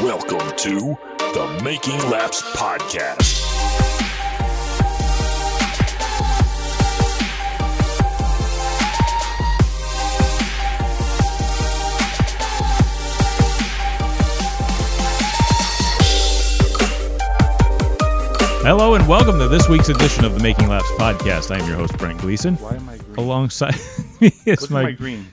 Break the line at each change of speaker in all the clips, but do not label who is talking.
Welcome to the Making Laps Podcast.
Hello and welcome to this week's edition of the Making Laps podcast. I am your host Brent Gleason.
Why am I green?
Alongside it's
What's
my,
my, green?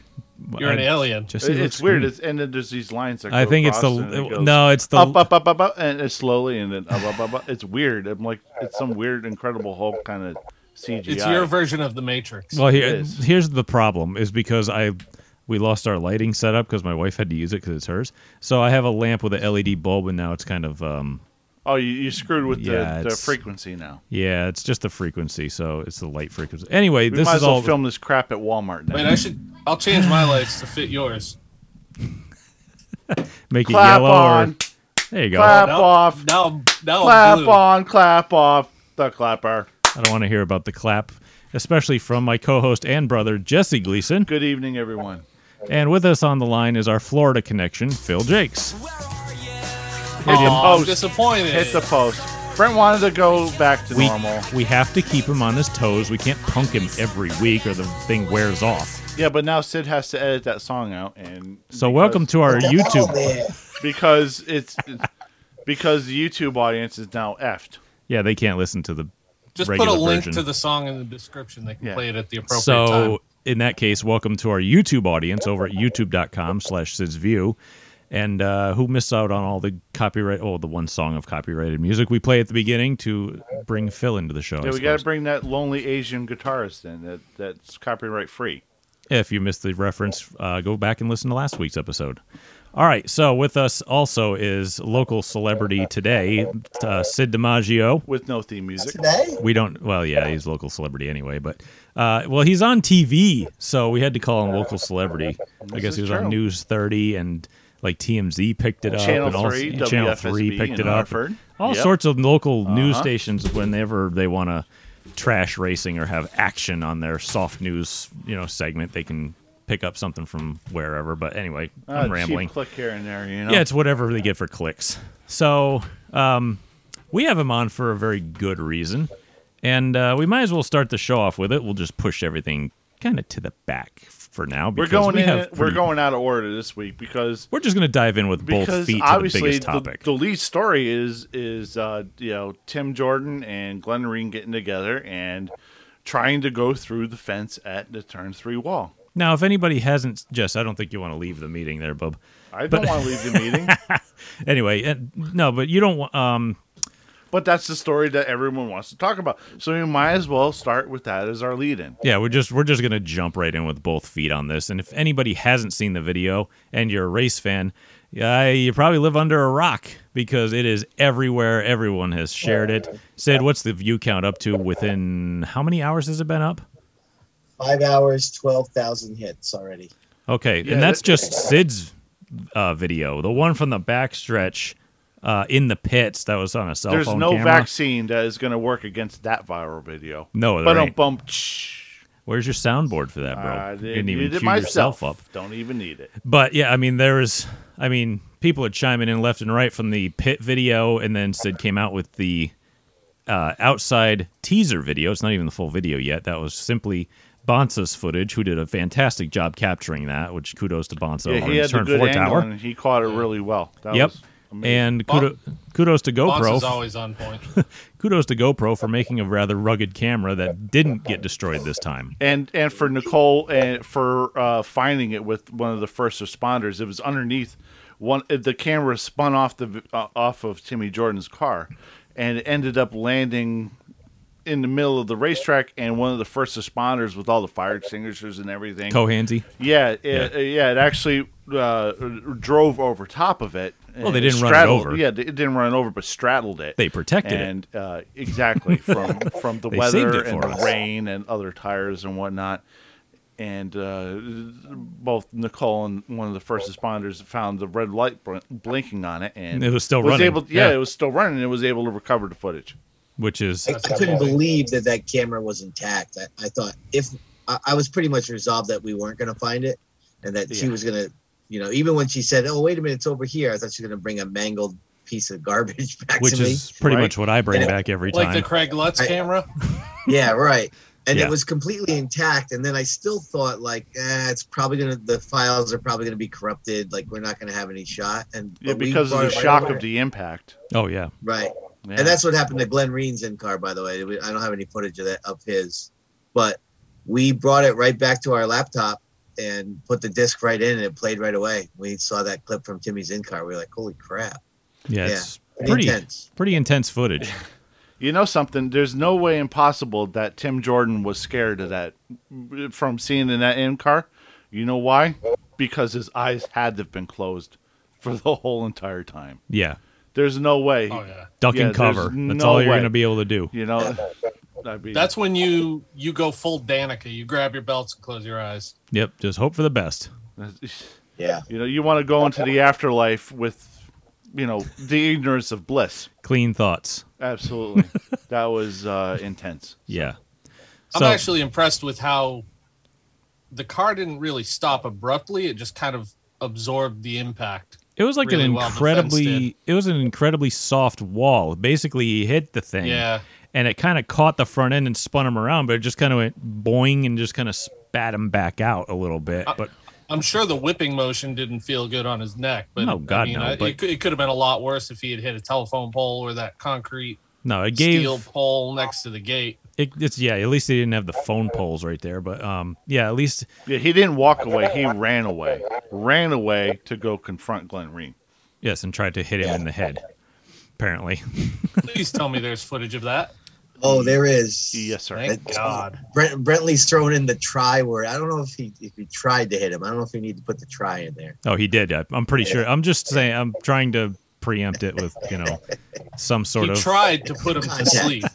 You're an alien.
Just,
It- it's weird. It's, and then there's these lines that
I
go
think it's the
across and it goes
no. It's the
up, up, up, up, up, and it's slowly, and then up, up, up, up. It's weird. I'm like, it's some weird Incredible Hulk kind of CGI.
It's your version of the Matrix.
well. Here,
it is.
here's the problem: is because I we lost our lighting setup because my wife had to use it because it's hers. So I have a lamp with a LED bulb, and now it's kind of um
oh, you, you screwed with
Yeah,
the, the
it's-
frequency now.
yeah, it's just the frequency. So it's the light frequency. Anyway,
We
this
might
is
as well
all
film this crap at Walmart now.
Wait, I should. I'll change my lights to fit yours.
make it
clap
yellow.
on,
or, there you go.
clap
Now-
off,
Now, I'm- now I'm
clap
blue.
on, clap off. The clapper.
I don't want to hear about the clap, especially from my co-host and brother Jesse Gleason.
Good evening, everyone.
And with us on the line is our Florida connection, Phil Jakes.
Hit the
Aw, I'm
post.
disappointed.
Hit the post. Brent wanted to go back to
We,
normal.
we have to keep him on his toes. We can't punk him every week or the thing wears off.
Yeah, but now Sid has to edit that song out, and
So
because-
welcome to our YouTube.
because it's it's- because the YouTube audience is now effed.
Yeah, they can't listen to the
Just put a
regular
link
version.
to the song in the description. They can
Yeah.
play it at the appropriate
so
time.
in that case, welcome to our YouTube audience over at youtube.com slash Sid's View. And uh, who missed out on all the copyright? Oh, the one song of copyrighted music we play at the beginning to bring Phil into the show. I
Yeah, we got to
suppose.
bring that lonely Asian guitarist in that that's copyright free.
If you missed the reference, uh, go back and listen to last week's episode. All right, so with us also is local celebrity today, uh, Sid DiMaggio.
With no theme music,
today?
We don't, well, yeah, he's a local celebrity anyway, but, uh, well, he's on TV, so we had to call him local celebrity. I guess
is
he was
true.
on News 30 and like TMZ picked it up. and all-
Channel Three,
Uh, Channel
WFSB
3 picked
in
it up.
Hartford.
All
Yep.
sorts of local news
Uh-huh.
stations whenever they want to trash racing or have action on their soft news, you know, segment, they can pick up something from wherever. But anyway,
Uh,
I'm rambling.
Cheap click here and there, you know.
Yeah, it's whatever they get for clicks. So um, we have him on for a very good reason, and uh, we might as well start the show off with it. We'll just push everything kind of to the back for now.
we're
Because
going
we
in,
have
we're
pretty-
going out of order this week because
We're just going to dive in with both
because
feet to the
obviously
biggest
the,
topic.
the lead story is is uh, you know Tim Jordan and Glenn Reen getting together and trying to go through the fence at the turn three wall.
now, if anybody hasn't, Jess, I don't think you want to leave the meeting there, bub.
I
But-
don't want to leave the meeting.
Anyway, uh, no, but you don't. wa- Um,
But that's the story that everyone wants to talk about. So we might as well start with that as our lead in.
Yeah, we're just we're just gonna jump right in with both feet on this. And if anybody hasn't seen the video and you're a race fan, yeah, you probably live under a rock because it is everywhere. Everyone has shared it. Sid, what's the view count up to within how many hours has it been up?
Five hours, 12,000 hits already.
Okay,
Yeah,
and that's
that-
just Sid's uh, video, the one from the backstretch uh, in the pits that was on a cell
There's
phone
no
camera.
vaccine that is going to work against that viral video.
No, there
but
ain't.
bump.
Where's your soundboard for that, bro?
I
you
didn't
didn't even
need it
cue
Uh, myself.
yourself up.
Don't even need it.
But yeah, I mean, there is. I mean, people are chiming in left and right from the pit video, and then Sid came out with the uh, outside teaser video. It's not even the full video yet. That was simply Bonsa's footage, who did a fantastic job capturing that. Which kudos to Bonsa
yeah,
on
he
his
had a
turn
good
four
angle
tower.
and he caught it really well. That
Yep.
was amazing.
And kudo, kudos to
Boss is
GoPro.
always on point.
Kudos to GoPro for making a rather rugged camera that didn't get destroyed this time.
and and for Nicole and for uh, finding it with one of the first responders, it was underneath one. The camera spun off the uh, off of Timmy Jordan's car, and it ended up landing in the middle of the racetrack. And one of the first responders with all the fire extinguishers and everything.
Cohansey.
yeah, it, yeah, It actually uh, drove over top of it.
Well, they
and
didn't run it
straddled-
over.
Yeah, they- it didn't run it over, but straddled it
They protected it.
and uh, exactly from from the
They saved
weather
it
and
for
the
us.
rain and other tires and whatnot. And uh, both Nicole and one of the first responders found the red light bl- blinking on it, and
It was still
was
running.
Able, yeah,
Yeah.
it was still running. and It was able to recover the footage.
Which is
I, I couldn't believe that that camera was intact. I, I thought if I, I was pretty much resolved that we weren't going to find it and that she
Yeah.
was going to You know, even when she said, "Oh, wait a minute, it's over here," I thought she was going to bring a mangled piece of garbage back
which
to me.
is pretty
right?
much what I bring
And it-
back every
Like the
time.
Craig Lutz
I-
camera.
Yeah, right. And
Yeah.
it was completely intact. And then I still thought, like, eh, it's probably gonna the files are probably gonna be corrupted. Like, we're not gonna have any shot. And
Yeah,
but we
because of the
brought it right
shock
over.
of the impact.
oh yeah,
right.
Yeah.
And that's what happened to Glenn Reen's in car, by the way. We- I don't have any footage of that of his, but we brought it right back to our laptop and put the disc right in, and it played right away. We saw that clip from Timmy's in car. We were like, "Holy crap!"
yeah,
Yeah.
it's pretty
intense.
pretty intense footage.
You know something? There's no way impossible that Tim Jordan was scared of that from seeing in that in car. You know why? Because his eyes had to have been closed for the whole entire time.
Yeah,
There's no way.
Oh yeah.
duck
Yeah,
and cover. That's
there's
all
no
you're
way.
gonna be able to do.
You know, I mean,
That's when you you go full Danica. You grab your belts and close your eyes.
Yep, just hope for the best.
Yeah,
you know, you want to go into the afterlife with, you know, the ignorance of bliss.
Clean thoughts.
Absolutely, that was uh, intense.
Yeah.
I'm actually impressed with how the car didn't really stop abruptly. It just kind of absorbed the impact.
It was like
really
an
well defensed
incredibly
it.
it was an incredibly soft wall. Basically, he hit the thing.
Yeah.
And it kind of caught the front end and spun him around, but it just kind of went boing and just kind of spat him back out a little bit.
Uh,
But
I'm sure the whipping motion didn't feel good on his neck, but
No, God,
I mean,
no,
I-
but-
it, could, it could have been a lot worse if he had hit a telephone pole or that concrete
no, it gave
steel pole next to the gate.
it, it's yeah, at least they didn't have the phone poles right there, but um yeah, at least
Yeah, he didn't walk away. He ran away. Ran away to go confront Glenn Reen.
yes, and tried to hit him in the head. Apparently.
Please tell me there's footage of that.
Oh, there is.
Yes, sir.
Thank God.
Brent, Brentley's thrown in the try word. I don't know if he if he tried to hit him. I don't know if he need to put the try in there.
Oh, he did. I, I'm pretty sure. I'm just saying I'm trying to preempt it with, you know, some sort
He
of Uh,
tried to put him to sleep.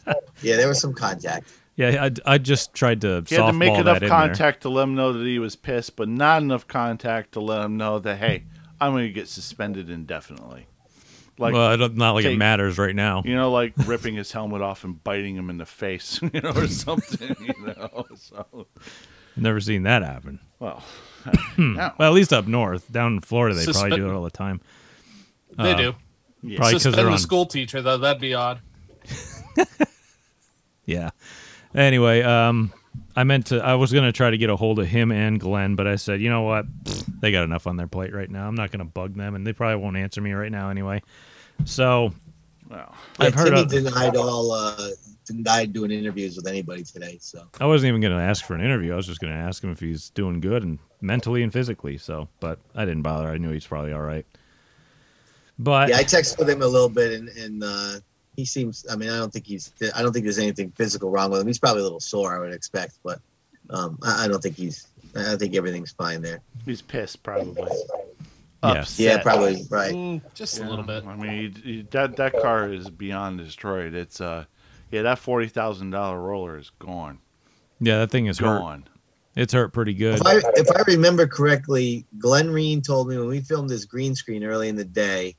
Yeah, there was some contact.
Yeah, I, I just tried to
He had to make
softball
enough
that in there.
contact to let him know that he was pissed, but not enough contact to let him know that hey, I'm going to get suspended indefinitely. Like
well, I don't, not like it
take-
matters right now.
you know, like ripping his helmet off and biting him in the face, you know, or something. You know, so
Never seen that happen.
well,
Hmm. Well, at least up north, down in Florida, they
Suspe-
probably do it all the time.
They do.
Probably because
Suspend
they're
the
on.
school teacher though. That'd be odd.
Yeah. Anyway, um, I meant to. I was gonna try to get a hold of him and Glenn, but I said, you know what? Pfft, They got enough on their plate right now. I'm not gonna bug them, and they probably won't answer me right now anyway. So
well,
I've
Yeah,
heard.
Timmy
Of,
denied all uh, denied doing interviews with anybody today. So
I wasn't even gonna ask for an interview. I was just gonna ask him if he's doing good and mentally and physically. So, but I didn't bother. I knew he's probably all right. But
yeah, I texted with him a little bit, and, and uh, he seems. I mean, I don't think he's. I don't think there's anything physical wrong with him. He's probably a little sore, I would expect, but um, I, I don't think he's. I think everything's fine there.
he's pissed probably.
Yeah.
Upset.
Yeah, probably right.
Mm, just a little bit.
I mean, you- you- that that car is beyond destroyed. It's uh, yeah, that forty thousand dollar roller is gone,
yeah, that thing is hurt.
gone.
It's hurt pretty good.
If I, if I remember correctly, Glenn Reen told me when we filmed this green screen early in the day,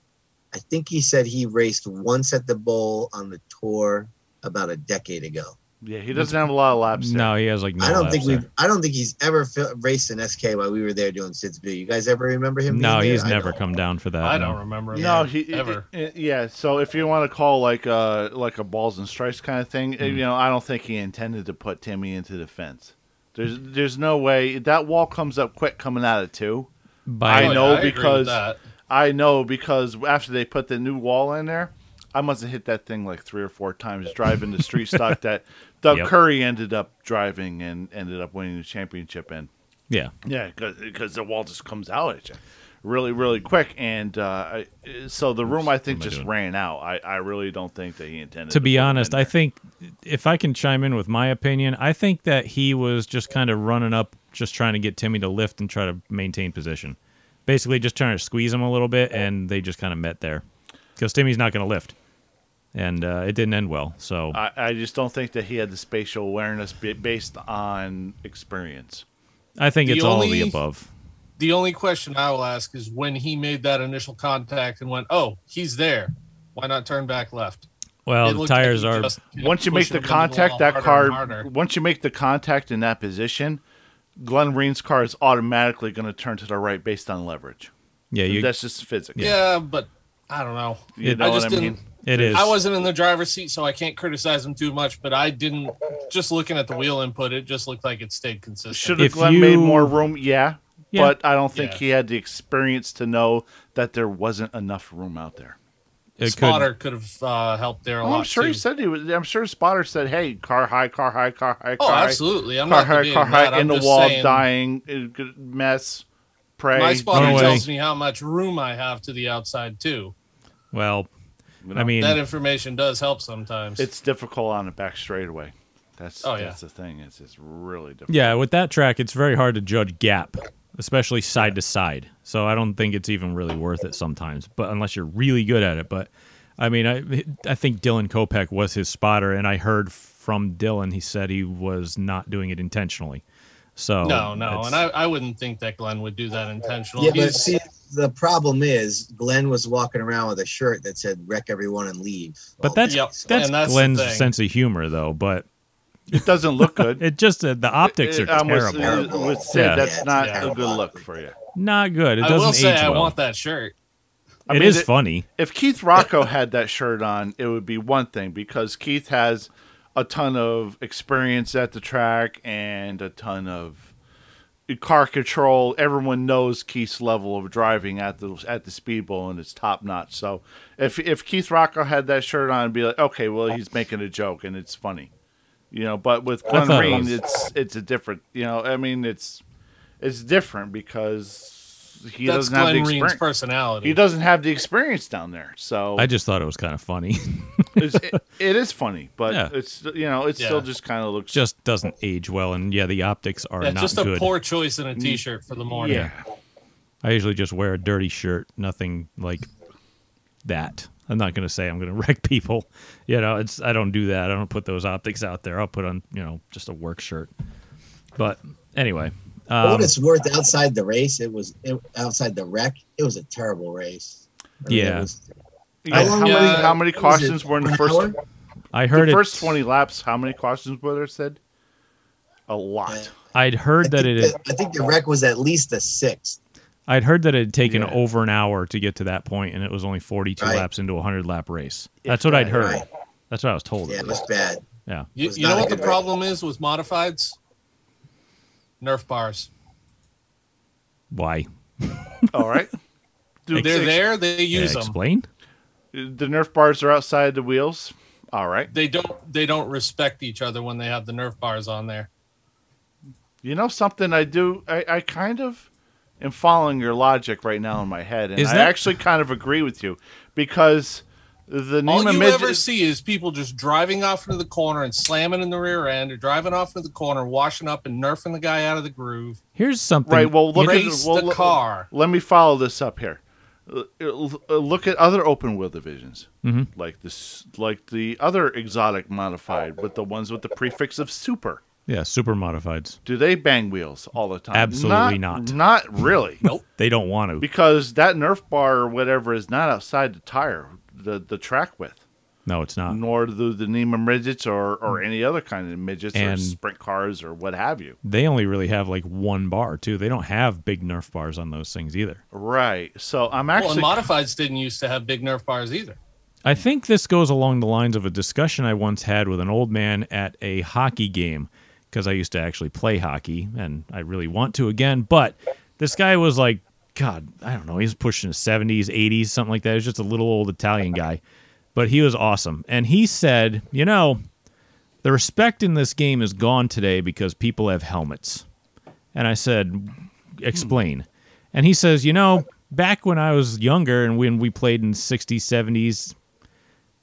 I think he said he raced once at the bowl on the tour about a decade ago.
Yeah, he doesn't have a lot of laps. there.
No, he has like no.
I don't
laps
think we.
there.
I don't think he's ever fi- raced an SK while we were there doing Sid's View. You guys ever remember him?
No,
being there?
he's
I
never
don't.
come down for that.
I
no.
don't remember.
No,
that
he
ever.
i- i- yeah. So if you want to call like uh like a balls and strikes kind of thing, eh,
Hmm.
you know, I don't think he intended to put Timmy into the fence. There's there's no way that wall comes up quick coming out of two.
By-
Oh,
I know
agree with
because-
that.
I know because after they put the new wall in there, I must have hit that thing like three or four times driving the street stock that Doug
Yep.
Curry ended up driving and ended up winning the championship in.
yeah,
Yeah, because the wall just comes out at you really, really quick. And uh, I- so the room, I think,
am I
just
doing?
ran out. I, I really don't think that he intended.
to be
put him
honest,
in
I
there.
think if I can chime in with my opinion, I think that he was just kind of running up, just trying to get Timmy to lift and try to maintain position. Basically, just trying to squeeze him a little bit, and they just kind of met there because Timmy's not going to lift, and uh, it didn't end well. So
I, I just don't think that he had the spatial awareness ba- based on experience.
I think
the
it's all of the
only-
above.
The only question I will ask is when he made that initial contact and went, "Oh, he's there. Why not turn back left?"
Well,
It
the
looked like
tires
he
are
just kept
Once you make
pushing
the
him into wall
contact, that
harder
car.
and harder.
Once you make the contact in that position, Glenn Rain's car is automatically going to turn to the right based on leverage.
Yeah, you,
That's just physics.
Yeah, but I don't know.
You know
I just
what I
didn't.
mean?
it is.
I wasn't in the driver's seat, so I can't criticize him too much. But I didn't. Just looking at the wheel input, it just looked like it stayed consistent.
Should
If
have Glenn made
you-
more room? Yeah,
Yeah.
but I don't think
Yeah.
he had the experience to know that there wasn't enough room out there.
It could-
Spotter could have uh, helped there a
Well,
lot.
Oh, I'm sure he
too.
said he was. I'm sure Spotter said, "Hey, car high, car high, car high,
Oh,
car high,
absolutely. I'm
car
not
high,
debating
car
that.
high,
I'm
in the
just
wall,
saying,
dying, it could mess, pray."
My spotter
No way.
tells me how much room I have to the outside too.
well,
you know,
I mean,
That information does help sometimes.
it's difficult on the back straightaway. That's
Oh, yeah.
that's the thing. It's it's really difficult.
yeah, with that track, it's very hard to judge gap, especially side to side. So I don't think it's even really worth it sometimes, but unless you're really good at it. But I mean, I I think Dylan Kopeck was his spotter, and I heard from Dylan he said he was not doing it intentionally. So
no, no,
it's-
and I, I wouldn't think that Glenn would do that intentionally.
Yeah, but
He's-
see, the problem is Glenn was walking around with a shirt that said "Wreck everyone and leave."
But
all
that's
day.
Yep.
So-
that's,
And that's the
Glenn's
thing.
sense of humor, though. But
It doesn't look good.
it just uh, the optics are
It almost-
terrible.
it would say
Yeah.
that's
Yeah, it's
not
terrible
a good look
optics.
for you.
Not good. It
I
doesn't
will say
age
I
well.
want that shirt.
I
It
mean,
is
it-
funny.
if Keith Rocco had that shirt on, it would be one thing because Keith has a ton of experience at the track and a ton of car control. Everyone knows Keith's level of driving at the at the speedball and it's top notch. So if if Keith Rocco had that shirt on, it'd be like, okay, well he's making a joke and it's funny, you know. But with Glenn
thought it
Green,
was-
it's it's a different, you know. I mean, it's it's different because he
That's
doesn't have
Glenn
the
Reen's
experience
personality.
he doesn't have the experience down there. So
I just thought it was kind of funny.
it's, it- it is funny, but
Yeah.
it's you know it still
Yeah.
just kind of looks
just doesn't age well, and yeah, the optics are
Yeah,
not
just a
good.
poor choice in a t-shirt for the morning.
yeah.
I usually just wear a dirty shirt, nothing like that. I'm not gonna say I'm gonna wreck people. You know, it's I don't do that. I don't put those optics out there. I'll put on you know just a work shirt. But anyway,
For what
um,
it's worth, outside the race, it was it, outside the wreck. It was a terrible race. I mean, it
Yeah.
was-
Yeah,
I-
how many
Yeah.
how many
what was it,
cautions were in the
an
first
hour?
I
the
heard it,
first twenty laps? How many cautions were there said? A
Yeah.
lot.
I'd
I
heard that
think
it. Had,
the- I think the wreck was at least a sixth.
I'd heard that it had taken
Yeah.
over an hour to get to that point, and it was only 42
Right.
laps into a 100 lap race.
If
That's what I'd
that,
heard.
right.
That's what I was told.
Yeah,
Yeah.
it was bad.
yeah.
You,
was
you know
not a
what the
good race.
problem is with modifieds? Nerf bars.
Why?
All right. Dude,
They're
ex-
there. They
Yeah,
use them.
explain.
The Nerf bars are outside the wheels. All right.
They don't. They don't respect each other when they have the Nerf bars on there.
You know something? I do. I, I kind of am following your logic right now in my head, and
Is
I
that-
actually kind of agree with you because the
All
Nima
you
midget.
ever see is people just driving off into the corner and slamming in the rear end, or driving off into the corner, washing up and nerfing the guy out of the groove.
Here's something.
Right. Well, look at
Race
well,
the
look-
car.
Let me follow this up here. Uh, uh, Look at other open wheel divisions,
Mhm.
like this, like the other exotic modified, with the ones with the prefix of super.
yeah, super modifieds.
Do they bang wheels all the time?
Absolutely
Not,
not.
not really,
Nope.
They don't want to.
because that Nerf bar or whatever is not outside the tire, the the track width,
no, it's not.
nor do the Neiman midgets or or any other kind of midgets or
Mm. And-
sprint cars or what have you.
They only really have like one bar too. They don't have big Nerf bars on those things either.
Right. So I'm
Well,
actually
and modifieds didn't used to have big Nerf bars either.
I think this goes along the lines of a discussion I once had with an old man at a hockey game because I used to actually play hockey and I really want to again. But this guy was like, God, I don't know. He was pushing his 70s, 80s, something like that. He was just a little old Italian guy, but he was awesome. And he said, You know, the respect in this game is gone today because people have helmets. And I said, explain. And he says, you know, back when I was younger and when we played in 60s, 70s,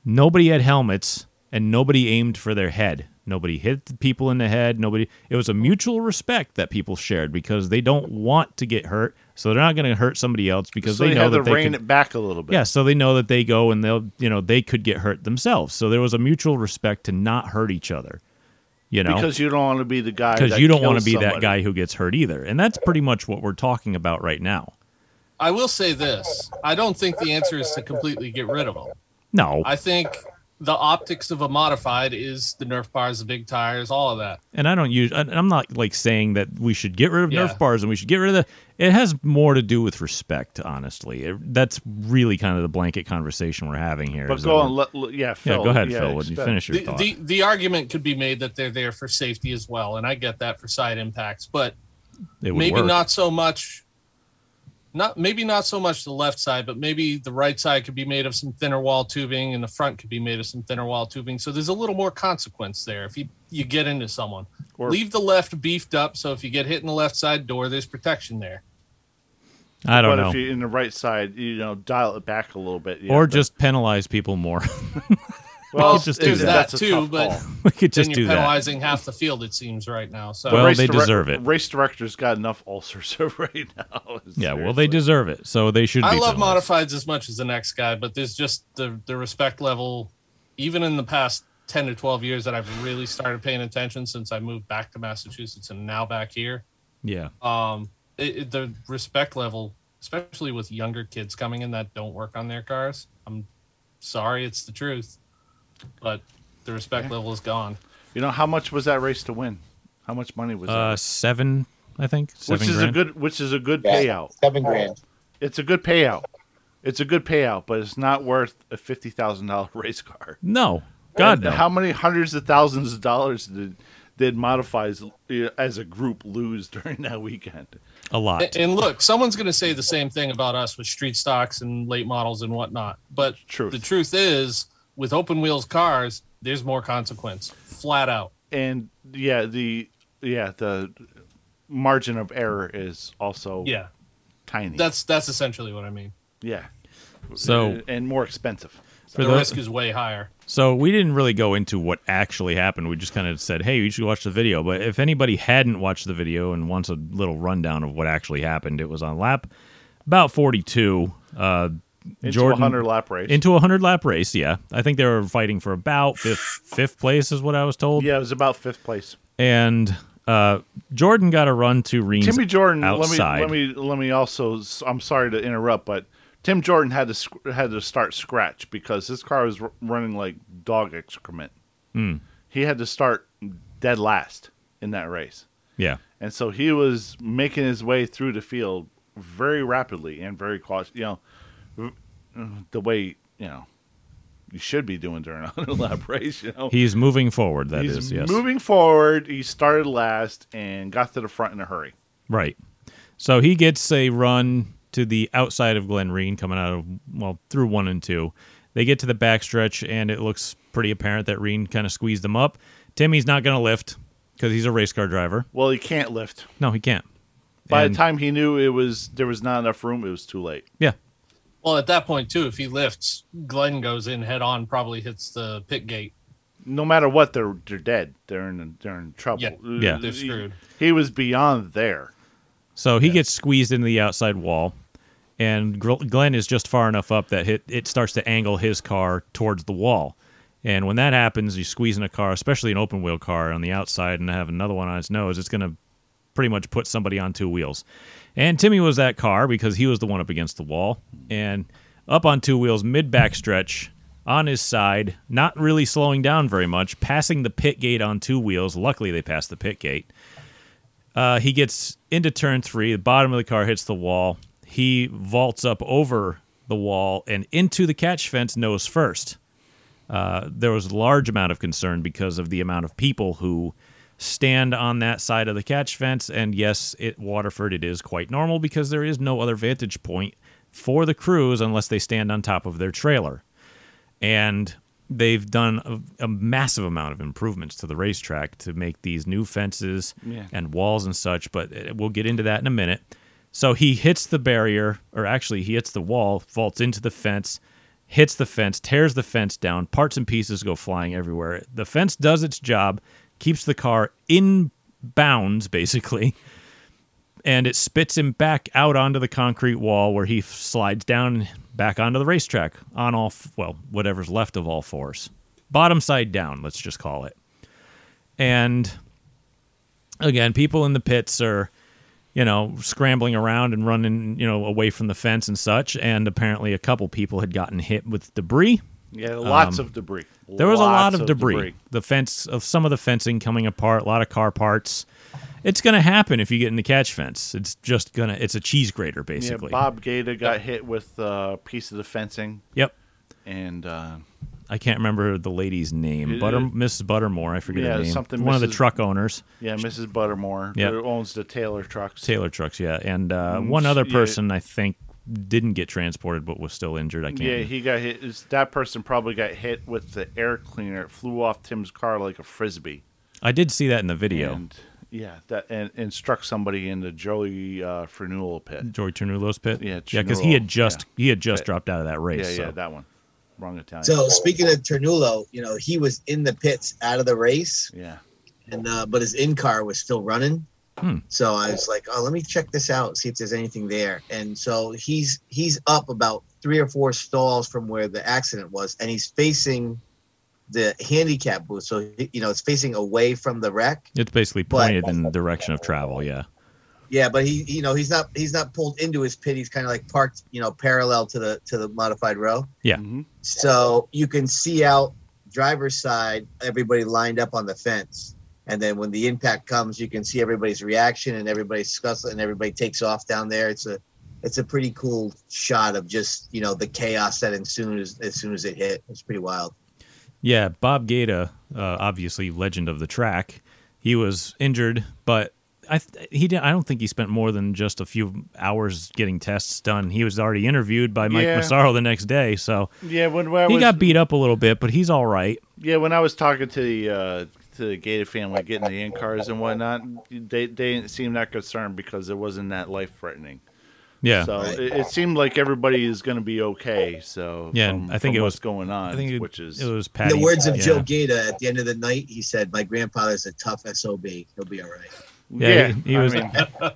nobody had helmets and nobody aimed for their head. Nobody hit the people in the head. Nobody. It was a mutual respect that people shared because they don't want to get hurt, so they're not going to hurt somebody else because
so
they
you
know
had to
that they
rein
can,
it back a little bit.
yeah, so they know that they go and they'll, you know, they could get hurt themselves. So there was a mutual respect to not hurt each other, you know,
because you don't want to be the guy
because
that
you don't want to
kills
be that
somebody.
guy who gets hurt either. And that's pretty much what we're talking about right now.
I will say this: I don't think the answer is to completely get rid of them.
No,
I think the optics of a modified is the Nerf bars, the big tires, all of that.
And I don't use. and I'm not like saying that we should get rid of
Yeah.
Nerf bars and we should get rid of the. It has more to do with respect, honestly. It, that's really kind of the blanket conversation we're having here.
But
is
go
that-
on. Let, let- yeah,
yeah,
Phil.
go ahead, Phil. When you
expect-
finish your
The,
thought,
the the argument could be made that they're there for safety as well, and I get that for side impacts, but
it would
maybe
work.
not so much not maybe not so much the left side but maybe the right side could be made of some thinner wall tubing and the front could be made of some thinner wall tubing so there's a little more consequence there if you you get into someone
Or-
leave the left beefed up so if you get hit in the left side door there's protection there
I don't
But
know.
if you're in the right side, you know, dial it back a little bit. yeah,
or
but-
just penalize people more.
well,
let's just do
it's-
that.
that's a
Too,
tough
but-
call.
we could just
then
do
you're
that.
penalizing half the field it seems right now so
Well,
Race
they
direc-
deserve it.
Race directors got enough ulcers right now.
Yeah, well, they
Seriously.
deserve it, so they should.
i
be
love
penalized.
modifieds as much as the next guy but there's just the the respect level even in the past 10 to 12 years that i've really started paying attention since i moved back to massachusetts and now back here
Yeah,
um it, it- the respect level especially with younger kids coming in that don't work on their cars i'm sorry it's the truth but the respect level is gone
You know, how much was that race to win? How much money was
uh,
that?
seven, I think. Seven
Which is
grand.
a good, which is a good
Yeah,
payout.
Seven grand.
It's a good payout. It's a good payout, but it's not worth a fifty thousand dollar race car.
No, God
And
no.
How many hundreds of thousands of dollars did did modifies uh, as a group lose during that weekend?
a lot.
A- and look someone's going to say the same thing about us with street stocks and late models and whatnot but
Truth.
the truth is with open wheels cars there's more consequence flat out
And yeah, the yeah the margin of error is also
yeah
tiny.
that's that's essentially what i mean
yeah,
So-
and more expensive.
For
the
those-
risk is way higher
So we didn't really go into what actually happened. We just kind of said, "Hey, you should watch the video." But if anybody hadn't watched the video and wants a little rundown of what actually happened, it was on lap about 42. Uh,
Into
Jordan
a hundred lap race.
into a 100 lap race. Yeah, I think they were fighting for about fifth fifth place, is what I was told.
yeah, it was about fifth place.
And uh, Jordan got a run to Reams.
Timmy Jordan.
outside.
Let me let me let me also. I'm sorry to interrupt, but Tim Jordan had to sc- had to start scratch because his car was r- running like dog excrement.
Hmm.
He had to start dead last in that race,
Yeah,
and so he was making his way through the field very rapidly and very cautious. You know, v- the way you know you should be doing during a hundred lap race. You know,
he's moving forward. That is
he's
yes.
moving forward. He started last and got to the front in a hurry.
Right. So he gets a run to the outside of Glen Reen, coming out of well through one and two. They get to the backstretch, and it looks pretty apparent that Reen kind of squeezed them up. Timmy's not going to lift because he's a race car driver.
Well, he can't lift.
No, he can't.
By
And-
the time he knew it was there was not enough room, it was too late.
yeah,
well at that point too if he lifts glenn goes in head on probably hits the pit gate
No matter what, they're they're dead. They're in they're in trouble. Uh,
Yeah.
Yeah.
They're screwed.
He, he was beyond there.
so he gets squeezed into the outside wall, and Gr- Glenn is just far enough up that it, it starts to angle his car towards the wall. And when that happens, you squeeze in a car, especially an open wheel car, on the outside and have another one on its nose, it's going to pretty much put somebody on two wheels. And Timmy was that car because he was the one up against the wall and up on two wheels, mid backstretch, on his side, not really slowing down very much, passing the pit gate on two wheels. Luckily, they passed the pit gate. Uh, he gets into turn three. The bottom of the car hits the wall. He vaults up over the wall and into the catch fence nose first Uh, there was a large amount of concern because of the amount of people who stand on that side of the catch fence. And yes, at Waterford, it is quite normal because there is no other vantage point for the crews unless they stand on top of their trailer. And they've done a, a massive amount of improvements to the racetrack to make these new fences
Yeah.
and walls and such. But uh, we'll get into that in a minute. So he hits the barrier, or actually, he hits the wall, vaults into the fence hits the fence, tears the fence down, parts and pieces go flying everywhere. The fence does its job, keeps the car in bounds, basically, and it spits him back out onto the concrete wall where he f- slides down back onto the racetrack on all, f- well, whatever's left of all fours. Bottom side down, let's just call it. And again, people in the pits are you know, scrambling around and running, you know, away from the fence and such. And apparently, a couple people had gotten hit with debris
Yeah, lots of debris.
Um, There was a lot
Lots
of debris. The fence of some of the fencing coming apart, a lot of car parts. It's going to happen if you get in the catch fence. It's just going to it's a cheese grater
Yeah,
basically.
Bob Gator got hit with a piece of the fencing,
Yep.
and uh,
I can't remember the lady's name.
It-
Butter
it-
Mrs. Buttermore, I forget
Yeah,
her name.
something
One of the
Mrs.
truck owners,
yeah, Mrs. Buttermore,
Yep.
who owns the Taylor Trucks.
Taylor trucks, yeah. And uh, one other
Mm, yeah.
person I think didn't get transported but was still injured. I can't.
Yeah, he got hit. it's- That person probably got hit with the air cleaner. It flew off Tim's car like a frisbee.
I did see that in the video.
And yeah, that and, and struck somebody in the Joey uh, Frenulal pit.
Joey Ternulo's pit.
Yeah,
because he had
Cernulo,
just he had just
Pit.
dropped out of that
Yeah,
race. so.
yeah, that one. Wrong Italian.
So speaking of Ternulo, you know he was in the pits out of the race,
yeah,
and uh, but his in car was still running.
Hmm.
So I was like, oh, let me check this out, see if there's anything there. And so he's he's up about three or four stalls from where the accident was, and he's facing the handicap booth. So you know it's facing away from the wreck.
It's basically
But-
pointed in the direction of travel. Yeah.
Yeah, but he you know he's not he's not pulled into his pit. He's kind of like parked you know parallel to the to the modified row.
Yeah.
Mhm.
So you can see out driver's side, everybody lined up on the fence. And then when the impact comes, you can see everybody's reaction and everybody's scuffle and everybody takes off down there. It's a it's a pretty cool shot of just, you know, the chaos that ensued as, as soon as it hit. It's pretty wild.
Yeah, Bob Gaeta, uh, obviously legend of the track, he was injured, but I th- he did, I don't think he spent more than just a few hours getting tests done. He was already interviewed by Mike
Yeah.
Massaro the next day, so
yeah. When, when I
he
was,
got beat up a little bit, but he's all right.
yeah, when I was talking to the uh, to the Gated family, getting the in cars and whatnot, they they didn't seem that concerned because it wasn't that life threatening.
Yeah,
So
Right.
it, it seemed like everybody is going to be okay. So
Yeah,
from-
I think
from
it
what's
was-
going on,
I think it,
which is
it was Patty.
In the words of
yeah.
Joe Gaeta at the end of the night, he said, My grandfather's a tough SOB. He'll be all right.
Yeah, he- he
I
was-
mean,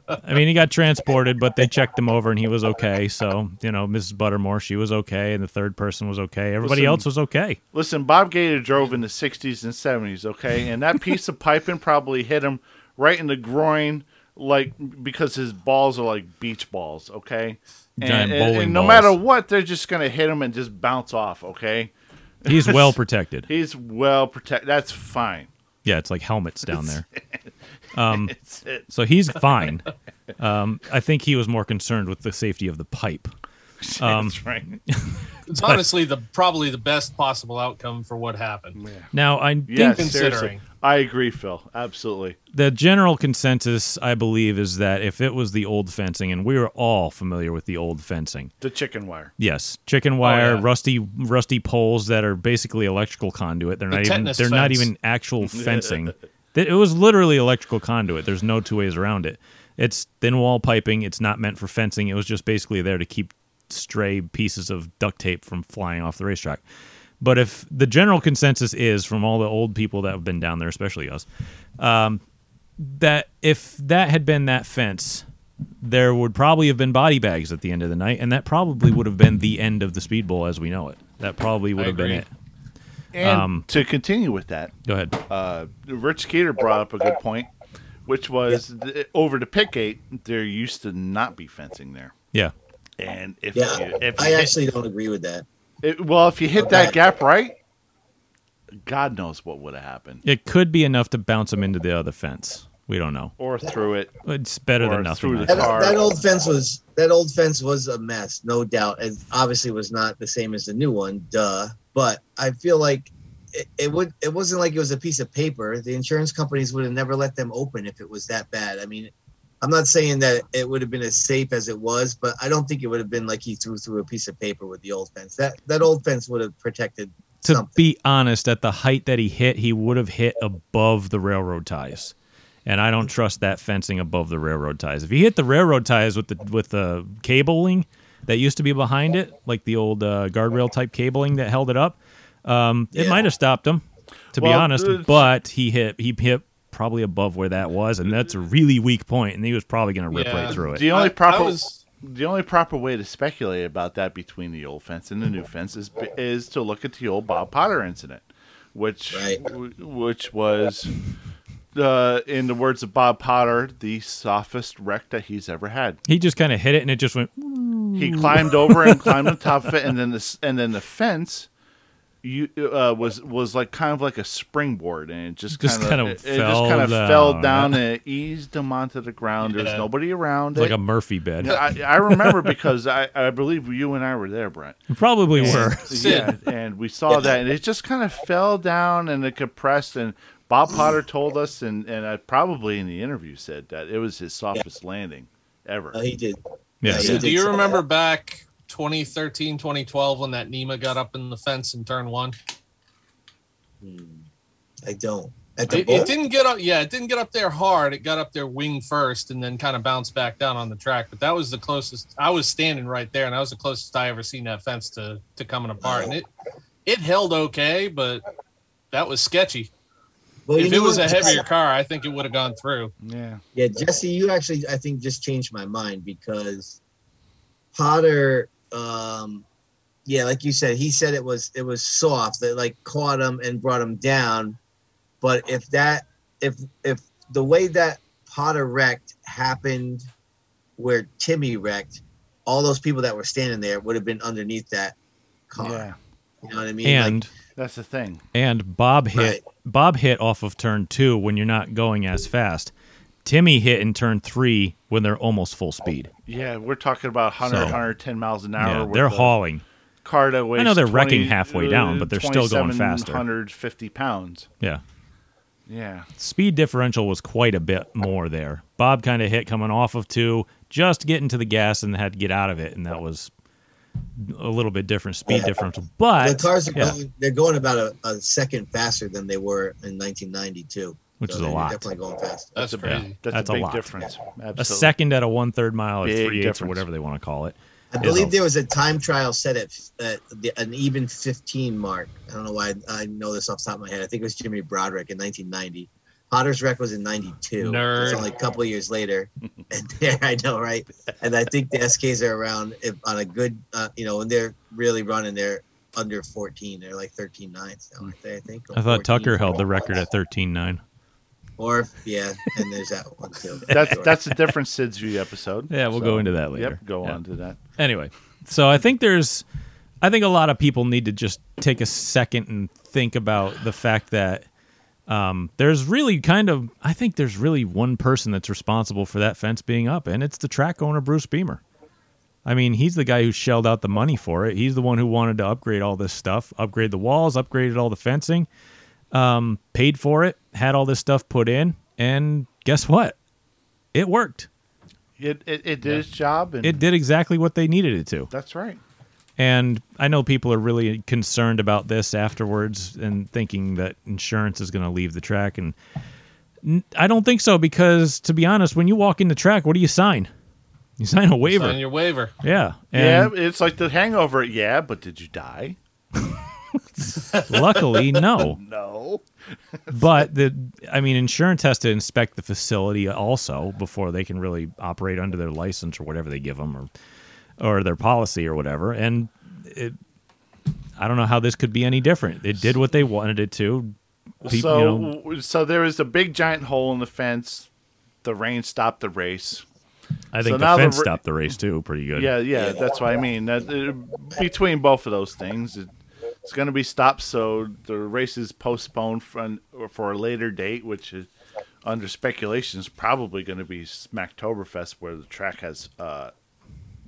I mean, he got transported, but they checked him over and he was okay. So you know, Mrs. Buttermore, she was okay, and the third person was okay. Everybody
Listen-
else was okay.
listen, Bob Gator drove in the '60s and '70s, okay, and that piece of piping probably hit him right in the groin, like because his balls are like beach balls, okay. And,
Giant
and- and
bowling
no
balls.
matter what, they're just gonna hit him and just bounce off, okay.
He's well protected.
He's well protected. That's fine.
Yeah, it's like helmets down there. Um,
It's it.
so he's fine. Um, I think he was more concerned with the safety of the pipe. Um,
That's right.
It's honestly the probably the best possible outcome for what happened.
Now, I think
Yes, seriously.
considering.
I agree, Phil. Absolutely.
the general consensus, I believe, is that if it was the old fencing, and we were all familiar with the old fencing,
The chicken wire.
yes, chicken wire,
Oh, yeah.
rusty, rusty poles that are basically electrical conduit. They're
The
not even. They're
tetanus
not
fence.
even actual fencing. Th- it was literally electrical conduit. There's no two ways around it. It's thin wall piping. It's not meant for fencing. It was just basically there to keep stray pieces of duct tape from flying off the racetrack. But if the general consensus is from all the old people that have been down there, especially us, um, that if that had been that fence, there would probably have been body bags at the end of the night, and that probably would have been the end of the speed bowl as we know it. That probably would
I
have been
agree.
it.
And
Um,
to continue with that,
Go ahead.
uh, Rich Gator brought up a good point, which was th- over the pit gate, there used to not be fencing there.
Yeah.
And if
Yeah.
you, if
I
you hit,
actually don't agree with that.
it- well, if you hit that gap right, God knows what would have happened.
It could be enough to bounce him into the other fence. We don't know.
Or through it.
It's better
Or
than nothing.
through the
I
That,
think.
car.
that old fence was that old fence was a mess, no doubt. It obviously was not the same as the new one, duh. But I feel like it, it would it wasn't like it was a piece of paper. The insurance companies would have never let them open if it was that bad. I mean, I'm not saying that it would have been as safe as it was, but I don't think it would have been like he threw through a piece of paper with the old fence. That that old fence would have protected
to
something.
be honest, at the height that he hit, he would have hit above the railroad ties. And I don't trust that fencing above the railroad ties. If he hit the railroad ties with the with the cabling that used to be behind it, like the old uh, guardrail type cabling that held it up, um, it
Yeah.
might have stopped him. To be
Well,
honest,
it's-
but he hit he hit probably above where that was, and that's a really weak point, and he was probably going to rip
Yeah.
right through it.
The only
I- I
proper
was-
the only proper way to speculate about that between the old fence and the new fence is is to look at the old Bob Potter incident, which
Right.
w- which was uh, in the words of Bob Potter, the softest wreck that he's ever had.
He just kind of hit it, and it just went.
He climbed over and climbed on top of it, and then the s- and then the fence you uh, was was like kind of like a springboard, and it just
Just
kind
kinda
of it, it
fell
just kind of
down.
fell down and it eased him onto the ground. There's
Yeah.
nobody around.
It's like
it.
a Murphy bed.
I, I remember because I, I believe you and I were there, Brent.
Probably were.
Sid.
Yeah, and we saw that, and it just kind of fell down and it compressed. And Bob Potter told us, and and I probably in the interview said that it was his softest landing ever.
Oh, he did.
Yes.
Yeah.
So do you remember back 2013, 2012 when that Nima got up in the fence in turn one?
Hmm. I don't. At the
It,
bowl?
it didn't get up. Yeah, it didn't get up there hard. It got up there wing first and then kind of bounced back down on the track. But that was the closest. I was standing right there, and that was the closest I ever seen that fence to to coming apart. And it it held okay, but that was sketchy.
Well, you
if
know
it was a
what?
heavier car, I think it would have gone through.
Yeah,
Yeah, Jesse, you actually, I think, just changed my mind because Potter, um, yeah, like you said, he said it was it was soft that like caught him and brought him down. But if that if if the way that Potter wrecked happened where Timmy wrecked, all those people that were standing there would have been underneath that car.
yeah,
You know what I mean? Like,
And
that's the thing.
and Bob hit
Right.
Bob hit off of turn two when you're not going as fast. Timmy hit in turn three when they're almost full speed.
Yeah, we're talking about 100,
So-
110 miles an hour.
Yeah,
with
they're
the
hauling.
Car that weighs
know they're
20
wrecking halfway down, but they're still going faster.
150 pounds.
Yeah.
Yeah,
Speed differential was quite a bit more there. Bob kind of hit coming off of two, just getting to the gas and had to get out of it, and that was a little bit different speed differential.
the
But
cars are
yeah,
going, they're going about a, a second faster than they were in 1992,
Which
So
is a
they're
lot.
Definitely going fast.
That's
a,
crazy.
That's,
That's a
a big
lot.
difference. Absolutely.
a second at a one third mile or
Big
three eighths or
difference.
whatever they want to call it.
I
is
believe
a-
there was a time trial set at, at the, an even 15 mark. I don't know why I, I know this off the top of my head. I think it was Jimmy Broderick in 1990. Potter's wreck was in 92. It's
Nerd.
only a couple of years later. and there, I know, right? And I think the SKs are around if, on a good, uh, you know, when they're really running, they're under 14. They're like 13 ninths now, aren't they? I think. or
I thought
14.
Tucker held the record at thirteen nine.
Or, yeah, and there's that one too.
That's
Sure.
that's a different Sid's View episode.
Yeah, we'll go into that later.
Yep, go
Yeah.
on to that.
anyway, so I think there's, I think a lot of people need to just take a second and think about the fact that um, there's really kind of, I think there's really one person that's responsible for that fence being up, and it's the track owner, Bruce Beamer. I mean, he's the guy who shelled out the money for it. He's the one who wanted to upgrade all this stuff, upgrade the walls, upgraded all the fencing, um, paid for it, had all this stuff put in, and guess what? It worked.
It it, it did its job, and
It did exactly what they needed it to.
that's right.
And I know people are really concerned about this afterwards and thinking that insurance is going to leave the track. And n- I don't think so because, to be honest, when you walk in the track, what do you sign? You sign a waiver.
Sign your waiver.
yeah. And
yeah, it's like the Hangover. Yeah, but did you die?
luckily, no.
No.
But the, I mean, insurance has to inspect the facility also before they can really operate under their license or whatever they give them or, or their policy or whatever. And it, I don't know how this could be any different. It did what they wanted it to. Pe- you
so
know,
so there was a big giant hole in the fence. The rain stopped the race.
I
So
think
now
the
the
fence
ra-
stopped the race too, pretty good.
Yeah, yeah, that's what I mean. That, uh, between both of those things, it, it's going to be stopped, so the race is postponed for, an, or for a later date, which is under speculation is probably going to be Smacktoberfest, where the track has uh,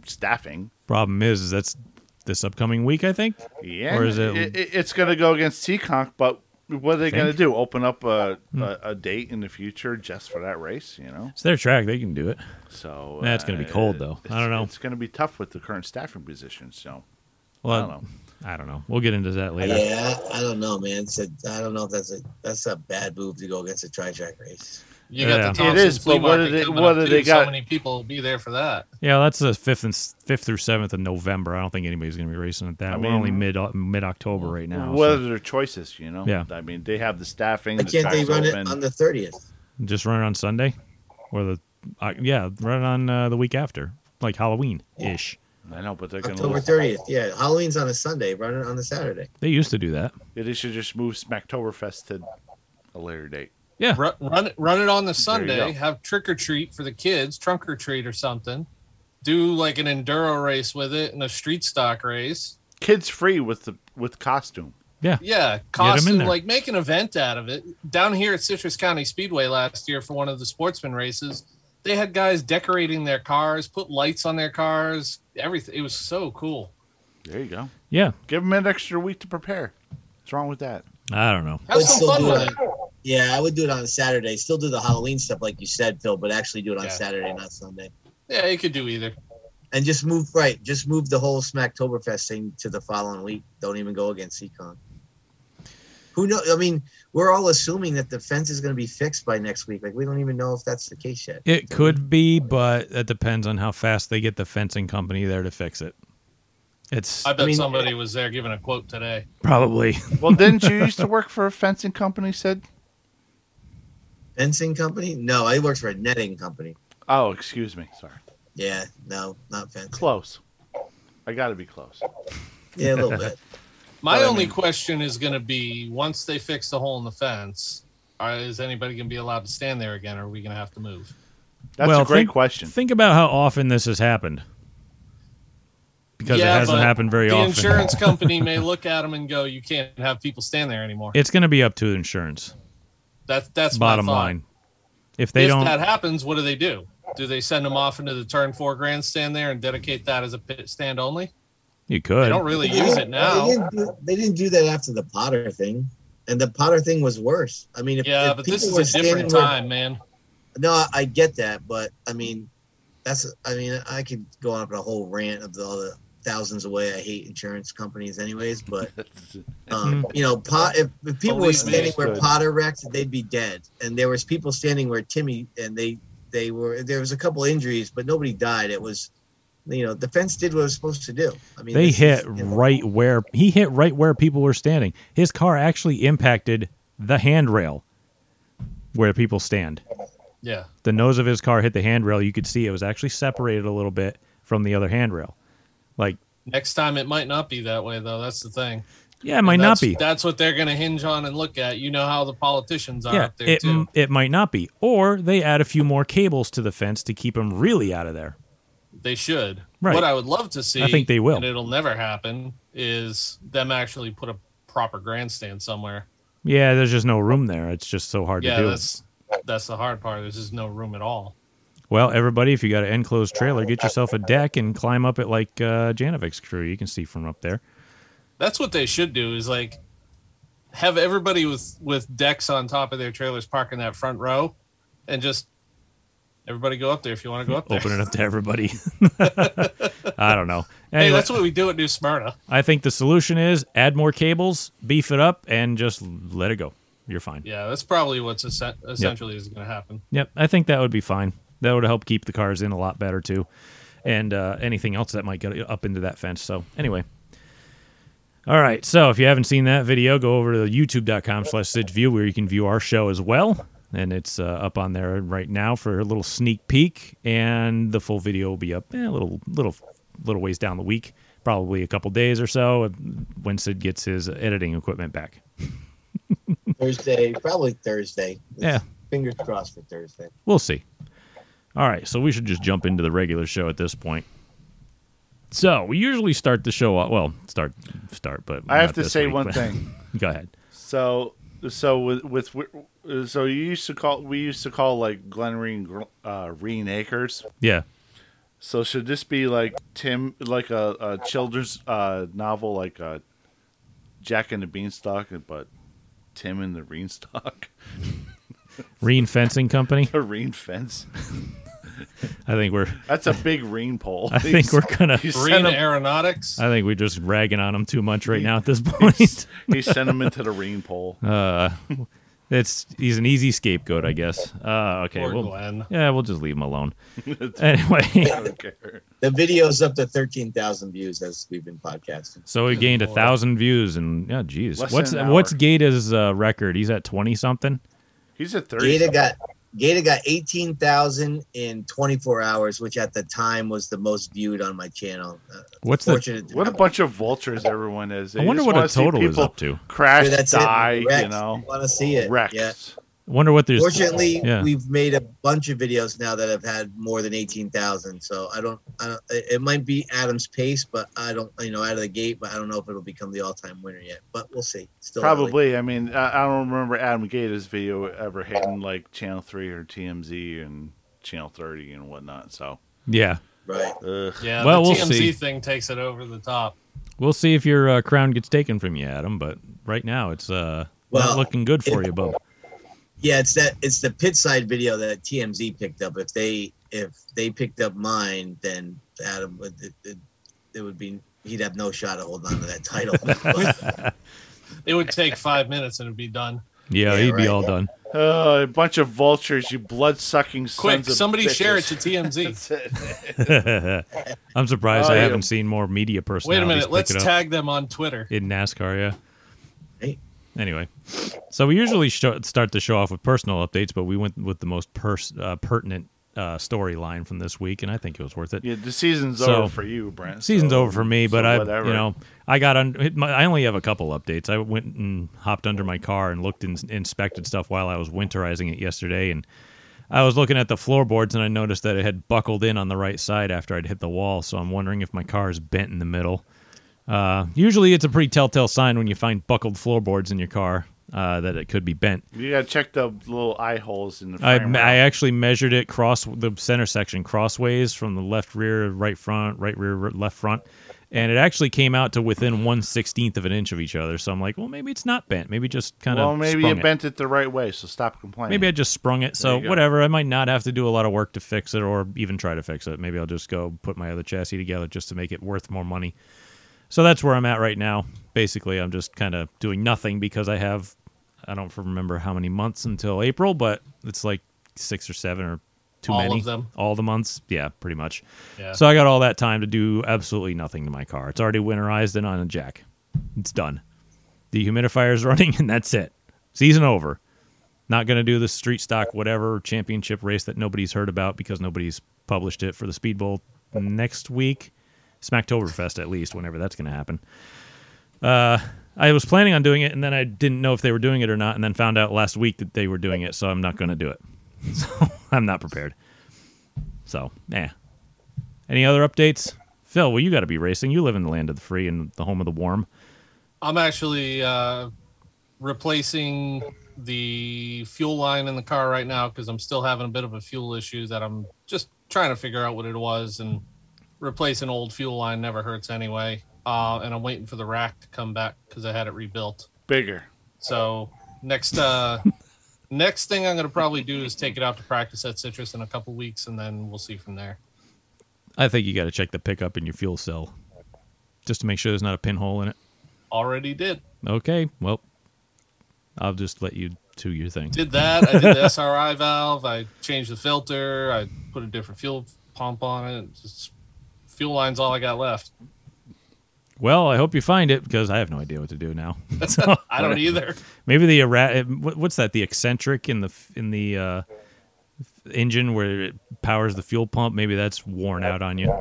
staffing.
Problem is, is that's this upcoming week, I think.
Yeah,
Or is it-
it, it- it's going to go against Seaconk, but what are they going to
Think? Hmm.
do? Open up a, a a date in the future just for that race? You know,
It's their track; they can do it.
so uh,
Nah, it's gonna be cold, though. I
it's-
don't know.
It's going to be tough with the current staffing position. So
Well,
I don't know.
I don't know. We'll get into that later.
Yeah, I I don't know, man. It's a, I don't know if that's a that's a bad move to go against a tri track race.
You
Yeah.
got
It
the Thompson
is,
flea
but what
market
do they-
coming
what
up,
do
too.
they got?
So many people will be there for that.
Yeah, that's the fifth and s- fifth through seventh of November. I don't think anybody's going to be racing at that.
I
We're only
mean-
mid mid October right now.
What
so
are their choices? You know.
Yeah.
I mean, they have the staffing.
Why
the
can't they
tracks
run
open.
it on the thirtieth?
just run it on Sunday, or the uh, yeah, run it on uh, the week after, like Halloween ish.
I know, but they're going
October
to.
thirtieth. Yeah, Halloween's on a Sunday. Run it on the Saturday.
They used to do that.
They should just move Smacktoberfest to a later date.
Yeah,
Run, run it, run it on the
go.
Sunday. Have trick or treat for the kids, trunk or treat or something. Do like an enduro race with it and a street stock race.
Kids free with the with costume.
Yeah. Get
Yeah,
'em in
costume
there.
like make an event out of it. Down here at Citrus County Speedway last year for one of the sportsman races, they had guys decorating their cars, put lights on their cars, everything. It was so cool.
There you go.
Yeah.
Give them an extra week to prepare. What's wrong with that?
I don't know.
Have
Let's
some
still
fun
do
with
it.
it.
Yeah, I would do it on Saturday. Still do the Halloween stuff like you said, Phil, but actually do it on
Yeah.
Saturday, not Sunday.
Yeah, you could do either.
And just move right. Just move the whole Smacktoberfest thing to the following week. Don't even go against Econ. Who knows? I mean, we're all assuming that the fence is going to be fixed by next week. Like we don't even know if that's the case yet.
It could be, but that depends on how fast they get the fencing company there to fix it. It's
I bet
mean-
somebody was there giving a quote today.
probably
Well, didn't you used to work for a fencing company? Said.
Fencing company? No, I worked for a netting company.
Oh, excuse me. Sorry.
Yeah, no, not fence.
Close. I got to be close.
Yeah, a little bit.
My
Well, I
only
mean-
question is going to be once they fix the hole in the fence, are, is anybody going to be allowed to stand there again? Or are we going to have to move?
That's
Well,
a great
think-
question.
Think about how often this has happened. Because
Yeah,
it hasn't
but
happened very
the
often.
insurance company may look at them and go, "You can't have people stand there anymore."
it's going to be up to the insurance.
That's that's my
bottom
thought.
line. If they
if
don't,
that happens, what do they do? Do they send them off into the turn four grandstand there and dedicate that as a pit stand only?
you
They
could.
don't really
They
use
didn't-
it now.
They didn't, do, they didn't do that after the Potter thing, and the Potter thing was worse. I mean, if,
Yeah,
if
but this
people
is
were
a different
standing where-
time, man.
no, I- I get that, but I mean, that's I mean, I could go on for a whole rant of all the thousands of way I hate insurance companies, anyways. But um, you know, pot, if, if people were
Believe me,
standing
it's
where
good.
Potter wrecked, they'd be dead. And there was people standing where Timmy, and they they were there was a couple injuries, but nobody died. It was. You know, the fence did what it was supposed to do. I mean,
They
this is,
hit
you know,
right where he hit right where people were standing. His car actually impacted the handrail where people stand.
Yeah,
The nose of his car hit the handrail. You could see it was actually separated a little bit from the other handrail. Like,
next time it might not be that way though. That's the thing.
yeah, it might not
That's-
be.
That's what they're going to hinge on and look at. You know how the politicians are
yeah,
up there
it,
too.
it might not be. Or they add a few more cables to the fence to keep him really out of there.
They should.
Right.
What I would love to see,
I think they will.
and it'll never happen, is them actually put a proper grandstand somewhere.
Yeah, there's just no room there. It's just so hard
Yeah,
to do.
that's that's the hard part. There's just no room at all.
Well, everybody, if you got an enclosed trailer, get yourself a deck and climb up it like uh, Janovic's crew. You can see from up there.
That's what they should do. Is like have everybody with with decks on top of their trailers park in that front row, and just everybody go up there if you want to go up there.
Open it up to everybody. I don't know.
Hey,
Anyway,
that's what we do at New Smyrna.
I think the solution is add more cables, beef it up, and just let it go. You're fine.
Yeah, that's probably what's essen- essentially is going to happen.
Yep, I think that would be fine. That would help keep the cars in a lot better too, and uh, anything else that might get up into that fence. So anyway, all right. So if you haven't seen that video, go over to YouTube.com/slash/SidView where you can view our show as well, and it's uh, up on there right now for a little sneak peek, and the full video will be up eh, a little little little ways down the week, probably a couple days or so uh, when Sid gets his editing equipment back.
Thursday, probably Thursday.
Yeah.
Fingers crossed for Thursday.
We'll see. All right, so we should just jump into the regular show at this point. So we usually start the show off. Well, start, start, but
I have
not
to
this
say
week,
one
but-
thing.
Go ahead.
So so with with uh, so you used to call we used to call like Glen Reen gr- uh, Reen Acres.
Yeah,
So should this be like Tim like a, a children's uh, novel like uh, Jack and the Beanstalk but Tim and the Reenstock
Reen Fencing Company.
a Reen fence.
I think we're.
That's a big Reen pole.
I think we're gonna.
He sent
Marine
him,
Aeronautics.
I think we're just ragging on them too much right now at this point.
he sent him into the Reen pole.
It's he's an easy scapegoat, I guess. Uh, okay,
Poor
well,
Glenn.
yeah, we'll just leave him alone. anyway,
I don't care.
The video's up to 13,000 views as we've been podcasting.
so he gained a thousand views, and yeah, geez,
Less
what's
than an hour.
what's Gata's uh, record? He's at twenty something.
He's a thirty.
Gata got Gata got 18,000 in 24 hours, which at the time was the most viewed on my channel. Uh,
What's the
fortunate to
What a
have-
bunch of vultures everyone is. They
I wonder
just
what
wanna
a
see
total is
people
up to.
Crash,
Dude, that's it.
die,
Wrecks.
you know,
want to see it?
wrecks.
Yeah.
Wonder what there's.
Fortunately,
yeah.
we've made a bunch of videos now that have had more than eighteen thousand. So I don't, I don't. It it might be Adam's pace, but I don't, you know, out of the gate. But I don't know if it'll become the all-time winner yet. But we'll see. Still early.
Probably. I mean, I, I don't remember Adam Gator's video ever hitting like Channel 3 or TMZ and Channel 30 and whatnot. So,
yeah.
right.
ugh.
Yeah,
Well,
the
we'll
TMZ
see.
thing takes it over the top.
We'll see if your uh, crown gets taken from you, Adam. But right now, it's uh, not
Well,
looking good for
it-
you, Bub.
Yeah, it's that it's the pit side video that TMZ picked up. If they if they picked up mine, then Adam would it, it, it would be he'd have no shot at holding on to that title. But
It would take five minutes and it'd be done.
Yeah,
Yeah,
he'd be
right.
all done.
Ugh, a bunch of vultures, you blood sucking
Quick,
sons of
somebody share it
bitches.
to TMZ.
That's it.
I'm surprised
Oh,
I
yeah.
haven't seen more media
Wait a
personalities
minute,
pick
let's
it up
tag them on Twitter.
in NASCAR. Yeah.
Hey.
Anyway, so we usually sho- start the show off with personal updates, but we went with the most pers- uh, pertinent uh, storyline from this week, and I think it was worth it.
Yeah, the season's
So,
over for you, Brent.
Season's
so-
over for me, but
so
I,
whatever.
you know, I got on. hit my- I only have a couple updates. I went and hopped under my car and looked and inspected stuff while I was winterizing it yesterday, and I was looking at the floorboards and I noticed that it had buckled in on the right side after I'd hit the wall. So I'm wondering if my car is bent in the middle. Uh, usually, it's a pretty telltale sign when you find buckled floorboards in your car uh, that it could be bent.
You gotta check the little eye holes in the
I,
frame.
I
rail.
actually measured it cross the center section crossways from the left rear, right front, right rear, r- left front, and it actually came out to within one sixteenth of an inch of each other. So I'm like, well, maybe it's not bent. Maybe just kind of
well, maybe
sprung
you
it.
bent it the right way, so stop complaining.
Maybe I just sprung it. So
you go.
whatever, I might not have to do a lot of work to fix it or even try to fix it. Maybe I'll just go put my other chassis together just to make it worth more money. So that's where I'm at right now. Basically, I'm just kind of doing nothing because I have I don't remember how many months until April, but it's like 6 or 7 or too
All of
many.
them.
All the months. Yeah, pretty much.
Yeah.
So I got all that time to do absolutely nothing to my car. It's already winterized and on a jack. It's done. The humidifier's running and that's it. Season over. Not going to do the street stock whatever championship race that nobody's heard about because nobody's published it for the Speed Bowl next week. Smacktoberfest at least whenever that's going to happen. Uh, I was planning on doing it, and then I didn't know if they were doing it or not, and then found out last week that they were doing it, so I'm not going to do it. So I'm not prepared. So, eh. Any other updates? Phil, well, you got to be racing. You live in the land of the free and the home of the warm.
I'm actually uh, replacing the fuel line in the car right now because I'm still having a bit of a fuel issue that I'm just trying to figure out what it was. And replacing old fuel line never hurts anyway. Uh, and I'm waiting for the rack to come back because I had it rebuilt.
bigger.
So next, uh, next thing I'm going to probably do is take it out to practice at Citrus in a couple weeks, and then we'll see from there.
I think you got to check the pickup in your fuel cell just to make sure there's not a pinhole in it.
Already did
Okay, well, I'll just let you do your thing.
did that. I did the SRI valve. I changed the filter. I put a different fuel pump on it. Just fuel line's all I got left.
Well, I hope you find it because I have no idea what to do now.
I don't e- either.
Maybe the errat. what- What's that? The eccentric in the f- in the uh, f- engine where it powers the fuel pump. Maybe that's worn out on you.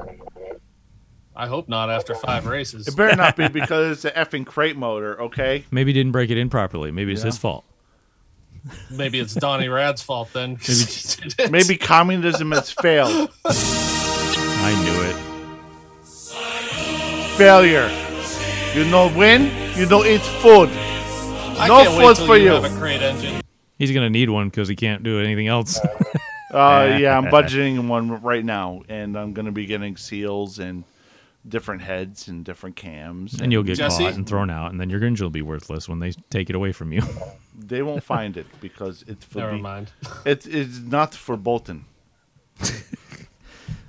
I hope not after five races.
It better not be because it's an effing crate motor, okay?
Maybe he didn't break it in properly. Maybe it's his
Yeah.
fault.
Maybe it's Donnie Rad's fault then.
Maybe communism has failed.
I knew it.
Failure. You know when? You know it's food.
I
no
can't wait
fault
till
for you.
Have a crate engine.
He's gonna need one because he can't do anything else.
Uh, yeah, I'm budgeting one right now, and I'm going to be getting seals and different heads and different cams.
and you'll get
Jesse?
caught and thrown out, and then your Grinch will be worthless when they take it away from you.
They won't find it because it's for
Never
be-
mind.
It, it's not for Bolton.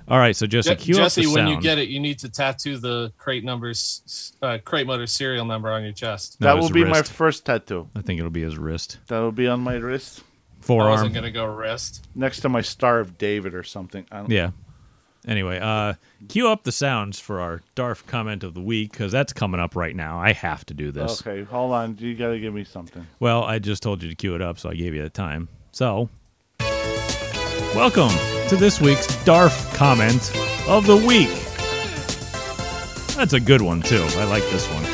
All right, so Jesse,
Je-
cue up the
Jesse, when you
sound.
get it, you need to tattoo the crate numbers, uh, crate motor serial number on your chest.
No,
that
his
will be my
wrist.
first tattoo.
I think it'll be his wrist,
That will be on my wrist
I
forearm.
wasn't gonna go rest.
next to my Star of David or something. I don't,
Yeah. Anyway, uh, cue up the sounds for our Darf comment of the week because that's coming up right now. I have to do this.
Okay, hold on. You got to give me something.
Well, I just told you to cue it up, so I gave you the time. So, welcome to this week's DARF comment of the week. That's a good one, too. I like this one.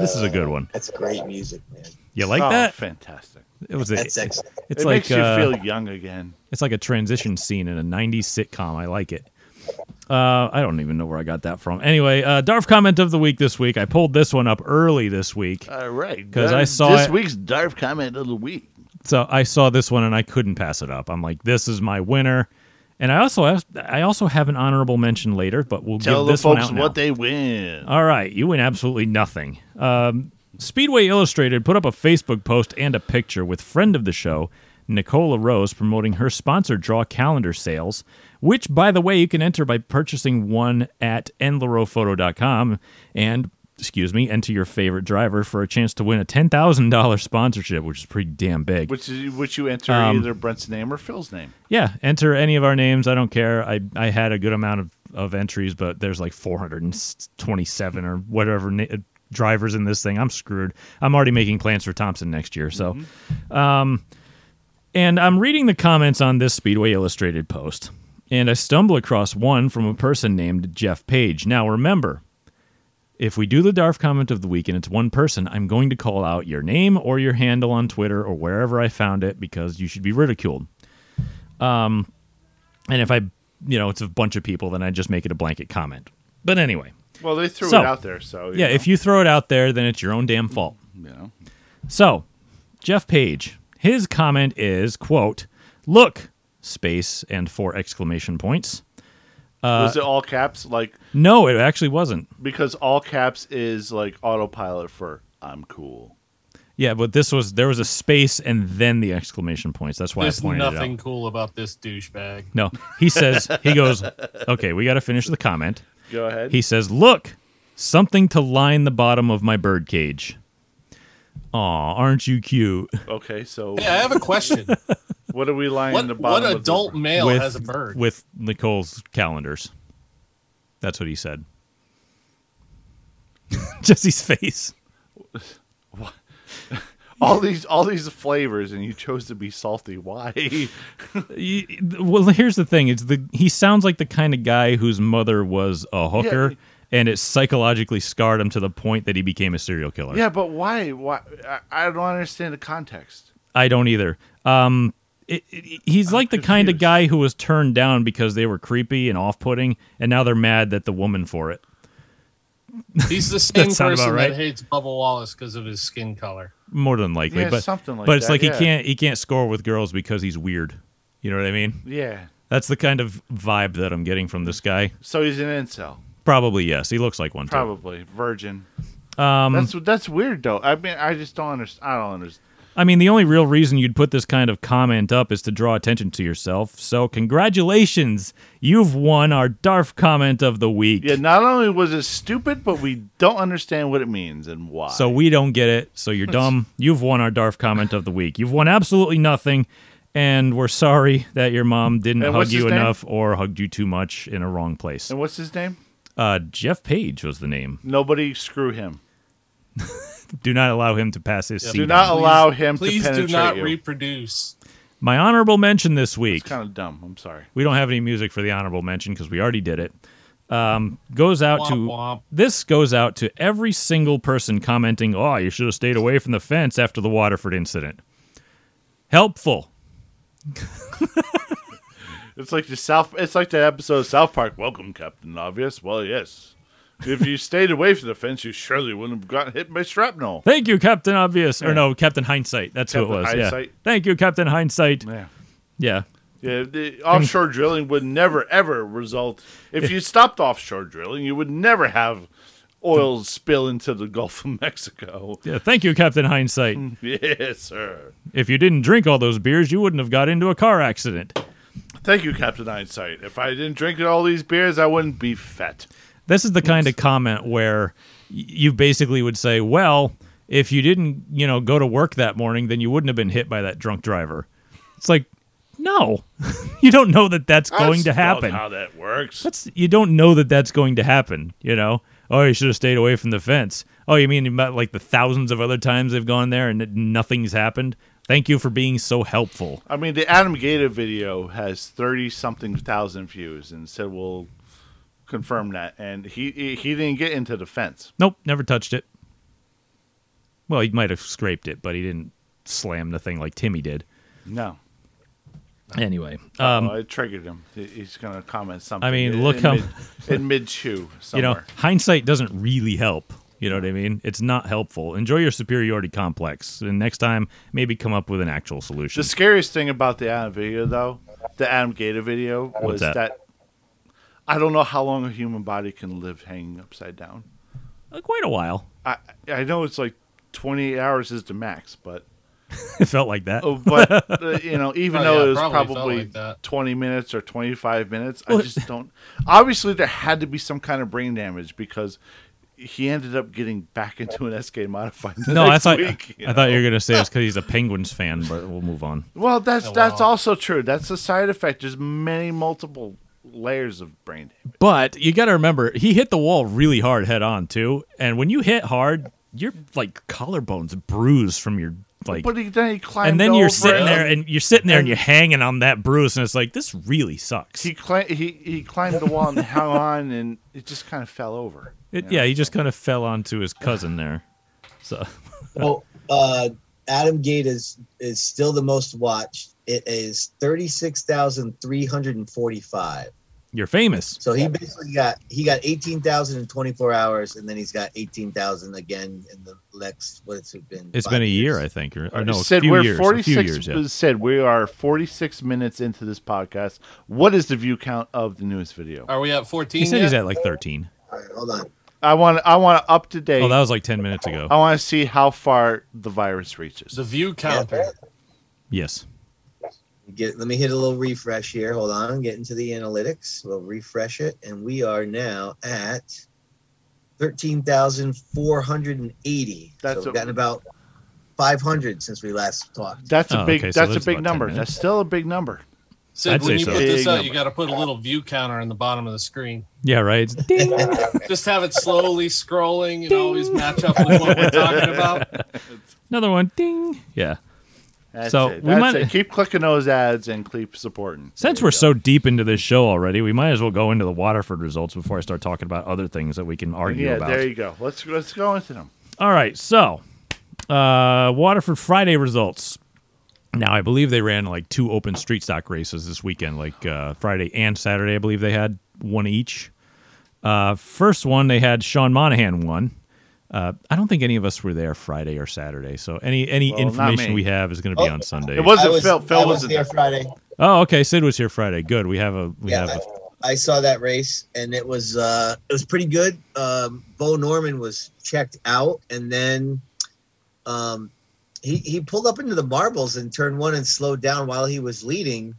This is a good one.
That's great music, man.
You like
Oh,
that?
Fantastic.
It was a,
That's excellent.
it's
Oh, it
like
makes you
uh,
feel young again.
It's like a transition scene in a 90s sitcom. I like it. Uh, I don't even know where I got that from. Anyway, uh, Darf comment of the week this week. I pulled this one up early this week.
All right.
'Cause I
Uh,
saw
this
it-
week's Darf comment of the week.
So I saw this one and I couldn't pass it up. I'm like, this is my winner. And I also have, I also have an honorable mention later, but we'll
Tell
give
the
this one
folks
out now.
what they win.
All right, you win absolutely nothing. Um, Speedway Illustrated put up a Facebook post and a picture with friend of the show, Nicola Rose, promoting her sponsor draw calendar sales, which, by the way, you can enter by purchasing one at enlarophoto.com and, excuse me, enter your favorite driver for a chance to win a $10,000 sponsorship, which is pretty damn big.
Which is which you enter
Um,
either Brent's name or Phil's name.
Yeah, enter any of our names. I don't care. I, I had a good amount of, of entries, but there's like 427 or whatever na- drivers in this thing. I'm screwed. I'm already making plans for Thompson next year. So, um, and I'm reading the comments on this Speedway Illustrated post, and I stumble across one from a person named Jeff Page. Now, remember, if we do the DARF comment of the week and it's one person, I'm going to call out your name or your handle on Twitter or wherever I found it because you should be ridiculed. And if I, you know, it's a bunch of people, then I just make it a blanket comment. But anyway,
Well, they threw
So-
it out there, so
yeah, if you throw it out there, then it's your own damn fault.
know, you know.
So, Jeff Page, his comment is, quote, look, space and four exclamation points.
was it
uh,
all caps? Like
No, it actually wasn't.
because all caps is like autopilot for I'm cool.
Yeah, but this was, there was a space and then the exclamation points. That's why
There's
I pointed it out.
nothing cool about this douchebag.
No, he says, he goes, okay, we got to finish the comment.
Go ahead.
He says, Look, something to line the bottom of my bird cage. Aw, aren't you cute?
okay, so
Yeah, I have a question.
what are we lying in
what
the
what
bottom? of the-
adult male has a bird?
With Nicole's calendars. That's what he said. Jesse's face.
all these all these flavors, and you chose to be salty. Why?
You- Well, here's the thing: it's the he sounds like the kind of guy whose mother was a hooker,
Yeah.
and it psychologically scarred him to the point that he became a serial killer.
yeah, but why? Why? I, I don't understand the context.
I don't either. Um, it, it, he's like the kind of
confused.
guy who was turned down because they were creepy and off-putting, and now they're mad at the woman for it.
He's the same
sound about
person
right.
that hates Bubba Wallace because of his skin color.
More than likely,
Yeah,
but
something like
but it's
that,
like
yeah.
he can't he can't score with girls because he's weird. You know what I mean?
Yeah.
That's the kind of vibe that I'm getting from this guy.
So he's an incel,
Probably yes. He looks like one. too.
probably virgin. Um, that's that's weird though. I mean, I just don't understand. I don't understand.
I mean, the only real reason you'd put this kind of comment up is to draw attention to yourself. So congratulations, you've won our DARF comment of the week.
Yeah, not only was it stupid, but we don't understand what it means and why.
So we don't get it. So you're dumb. You've won our DARF comment of the week. You've won absolutely nothing. And we're sorry that your mom didn't
And
hug
what's
you
his name?
enough or hugged you too much in a wrong place.
and what's his name?
Uh, Jeff Page was the name.
Nobody screw him.
Do not allow him to pass his seat.
Do not allow him
Please
to
do
penetrate
not
you.
reproduce.
My honorable mention this week.
it's kind of dumb. I'm sorry.
we don't have any music for the honorable mention because we already did it. Um, goes out
Womp
to
womp.
this goes out to every single person commenting, "Oh, you should have stayed away from the fence after the Waterford incident." Helpful.
It's like the South. It's like the episode of South Park. Welcome, Captain Obvious. Well, yes. If you stayed away from the fence, you surely wouldn't have gotten hit by shrapnel.
Thank you, Captain Obvious, or no, Captain Hindsight. That's who it
Captain
was. Yeah.
Hindsight.
Thank you, Captain Hindsight.
Yeah.
Yeah.
Yeah, the offshore drilling would never ever result. If you stopped offshore drilling, you would never have oil spill into the Gulf of Mexico.
Yeah. Thank you, Captain Hindsight.
Hmm. Yes, sir.
if you didn't drink all those beers, you wouldn't have got into a car accident.
Thank you, Captain Hindsight. If I didn't drink all these beers, I wouldn't be fat.
This is the kind of comment where y- you basically would say, "Well, if you didn't, you know, go to work that morning, then you wouldn't have been hit by that drunk driver." It's like, no, you don't know that that's going
That's
to
not
happen.
How that works?
That's you don't know that that's going to happen. You know, oh, you should have stayed away from the fence. Oh, you mean about like the thousands of other times they've gone there and nothing's happened? Thank you for being so helpful.
I mean, the Adam Gator video has thirty something thousand views, and said we'll confirm that. And he he he didn't get into the fence.
Nope, never touched it. Well, he might have scraped it, but he didn't slam the thing like Timmy did.
No.
Anyway, um,
Oh, I triggered him. He- He's going to comment something.
I mean,
in-
look
in
how-
mid, in mid chew
you
somewhere.
know, hindsight doesn't really help. You know what I mean? It's not helpful. Enjoy your superiority complex, and next time maybe come up with an actual solution.
The scariest thing about the Adam video, though, the Adam Gator video, was
that?
that? I don't know how long a human body can live hanging upside down.
Uh, Quite a while.
I I know it's like 28 hours is the max, but
It felt like that.
oh, but uh, you know, even
Oh,
though
yeah,
it was
probably felt
probably,
like that.
20 minutes or 25 minutes,
Well,
I just don't. Obviously, there had to be some kind of brain damage because he ended up getting back into an SK modified. the
no, I
next
thought
week, you
I thought
know?
you were gonna say it's because he's a Penguins fan, but we'll move on.
Well, that's
Oh,
that's
wow.
also true. That's a side effect. There's many multiple layers of brain damage.
But you got to remember, he hit the wall really hard head on too. And when you hit hard, your like collarbones bruise from your like.
But he, then he climbed.
and then you're
over
sitting
and-
there, and you're sitting there, and
and-
you're hanging on that bruise, and it's like this really sucks.
He, cli- he he climbed the wall and hung on, and it just kind of fell over.
It- yeah, he just kind of fell onto his cousin there. So
Well, uh, Adam Gate is is still the most watched. It is thirty six thousand three hundred and forty five.
you're famous.
So he basically got he got eighteen thousand in twenty four hours, and then he's got eighteen thousand again in the next what's it been?
It's
five
been a
years.
year, I think, or, or no, a
Uh, said
few
we're
years. a few
46
years, yeah.
said we are 46 minutes into this podcast. What is the view count of the newest video?
Are we at 14?
He said
yet?
he's at like 13.
All right, hold on.
I want I want to up to date.
Oh, that was like 10 minutes ago.
I want to see how far the virus reaches.
the view counter.
Yes.
Get let me hit a little refresh here. Hold on, get into the analytics. We'll refresh it, and we are now at thirteen thousand four hundred and eighty.
That's
so we've
what-
gotten about five hundred since we last talked.
that's a
Oh,
big
okay, so
that's a
there's
big
about 10
number.
minutes.
That's still a big number.
Sid,
I'd
when
say
you
so.
put this
Big
out,
number.
you got to put a little view counter on the bottom of the screen.
Yeah, right. It's ding.
Just have it slowly scrolling and always match up with what we're talking about.
Another one. Ding. Yeah.
That's
So,
it.
we
That's
might-
it. keep clicking those ads and keep supporting.
Since we're so deep into this show already, we might as well go into the Waterford results before I start talking about other things that we can argue
yeah,
about.
there you go. Let's let's go into them.
All right, so uh, Waterford Friday results. Now I believe they ran like two open street stock races this weekend, like uh, Friday and Saturday. I believe they had one each. Uh, first one they had Sean Monahan won. Uh, I don't think any of us were there Friday or Saturday, so any any
Well, not
information
me.
we have is going to be
Oh,
on Sunday.
It wasn't
I was-
Phil. Phil
I
wasn't
there
there.
Friday.
oh, okay. Sid was here Friday. Good. We have a we
yeah,
have a
I, I saw that race and it was uh it was pretty good. Um Bo Norman was checked out and then um he he pulled up into the marbles in turn 1 and slowed down while he was leading.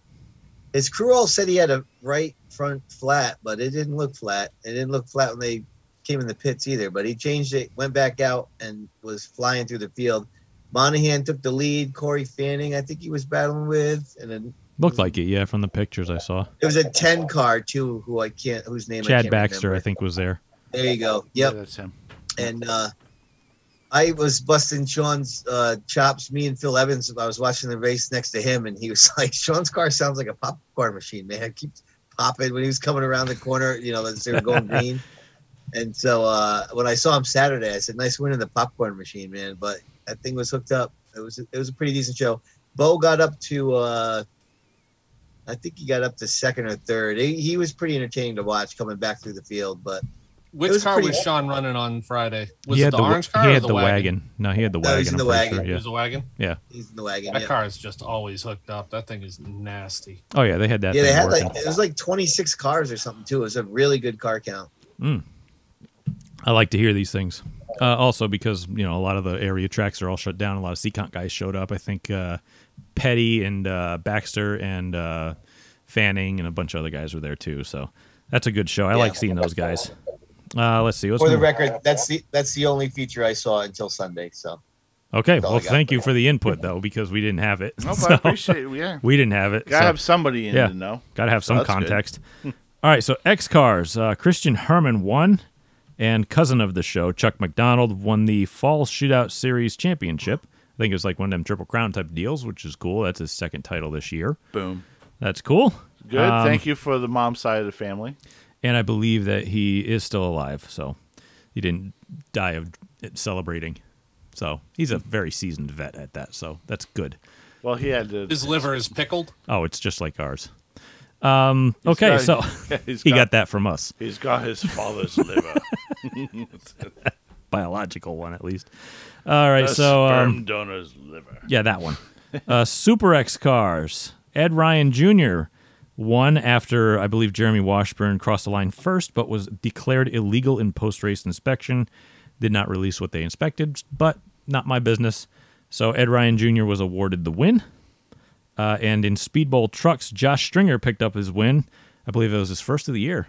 His crew all said he had a right front flat, but it didn't look flat. It didn't look flat when they came in the pits either, but he changed it, went back out and was flying through the field. Monahan took the lead. Corey Fanning, I think he was battling with, and then
looked like it. Yeah, from the pictures I saw.
it was a ten car too, who I can't, whose name I
Chad
can't
Baxter, I
remember.
think, was there.
There you go.
Yeah,
Yep.
that's him.
And uh, I was busting Sean's uh, chops. Me and Phil Evans. I was watching the race next to him, and he was like, "Sean's car sounds like a popcorn machine, man. It keeps popping when he was coming around the corner. You know, as they were going green." And so uh, when I saw him Saturday, I said, "Nice win in the popcorn machine, man." But that thing was hooked up. It was it was a pretty decent show. Bo got up to. Uh, I think he got up to second or third. He, he was pretty entertaining to watch coming back through the field, but
Which
It was
car
pretty-
was Sean running on Friday? Was
He
it
had
the,
the wa-
orange car
he
or
had
the,
the
wagon?
No, he had the
No,
wagon.
he's in
I'm
the
pretty
wagon.
sure,
It
yeah.
was the wagon.
he's in the wagon.
That
yeah.
car is just always hooked up. That thing is nasty.
Oh yeah, they had that.
yeah, they
thing
had like
working.
it was like 26 cars or something too. It was a really good car count.
I like to hear these things. Uh, also, because you know a lot of the area tracks are all shut down. A lot of Seacont guys showed up. I think uh, Petty and uh, Baxter and uh, Fanning and a bunch of other guys were there too. So that's a good show. I
Yeah.
like seeing those guys. Uh, let's see. Let's
For the
move-
record, that's the that's the only feature I saw until Sunday. So
okay.
all
Well,
I got
thank
for
you
that.
for the input though, because we didn't have it.
No, but
So,
I appreciate it. Yeah.
we didn't have it.
Gotta
so-
have somebody in
yeah.
to know.
Got to have some
that's good.
context. All right, so X Cars, uh, Christian Herman won, and cousin of the show, Chuck McDonald, won the Fall Shootout Series Championship. I think it was like one of them Triple Crown type deals, which is cool. That's his second title this year.
Boom.
That's cool.
Good.
Um,
Thank you for the mom side of the family.
And I believe that he is still alive, so he didn't die of celebrating. So he's a very seasoned vet at that. So that's good.
Well, he had to.
His liver is pickled.
Oh, it's just like ours. Um, okay,
got-
so
he's
he
got-
got that from us.
He's got his father's liver.
Biological one, at least. All right,
A
so. um,
sperm donor's liver.
Yeah, that one. uh, Super X cars. Ed Ryan Jr. won after I believe Jeremy Washburn crossed the line first, but was declared illegal in post-race inspection. Did not release what they inspected, but not my business. So Ed Ryan Jr. was awarded the win. Uh, and in Speedbowl trucks, Josh Stringer picked up his win. I believe it was his first of the year.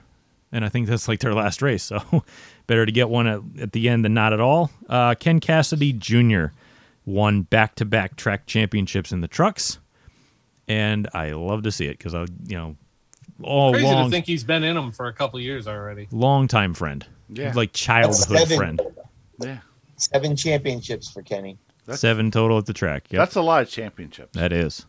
And I think that's like their last race. So better to get one at, at the end than not at all. Uh, Ken Cassidy Jr. won back to back track championships in the trucks. And I love to see it because I, you know, all
Crazy
long,
to think he's been in them for a couple years already.
long time friend.
Yeah.
Like childhood
Seven.
friend.
Yeah.
Seven championships for Kenny.
That's-
Seven total at the track. Yep.
That's a lot of championships.
That is.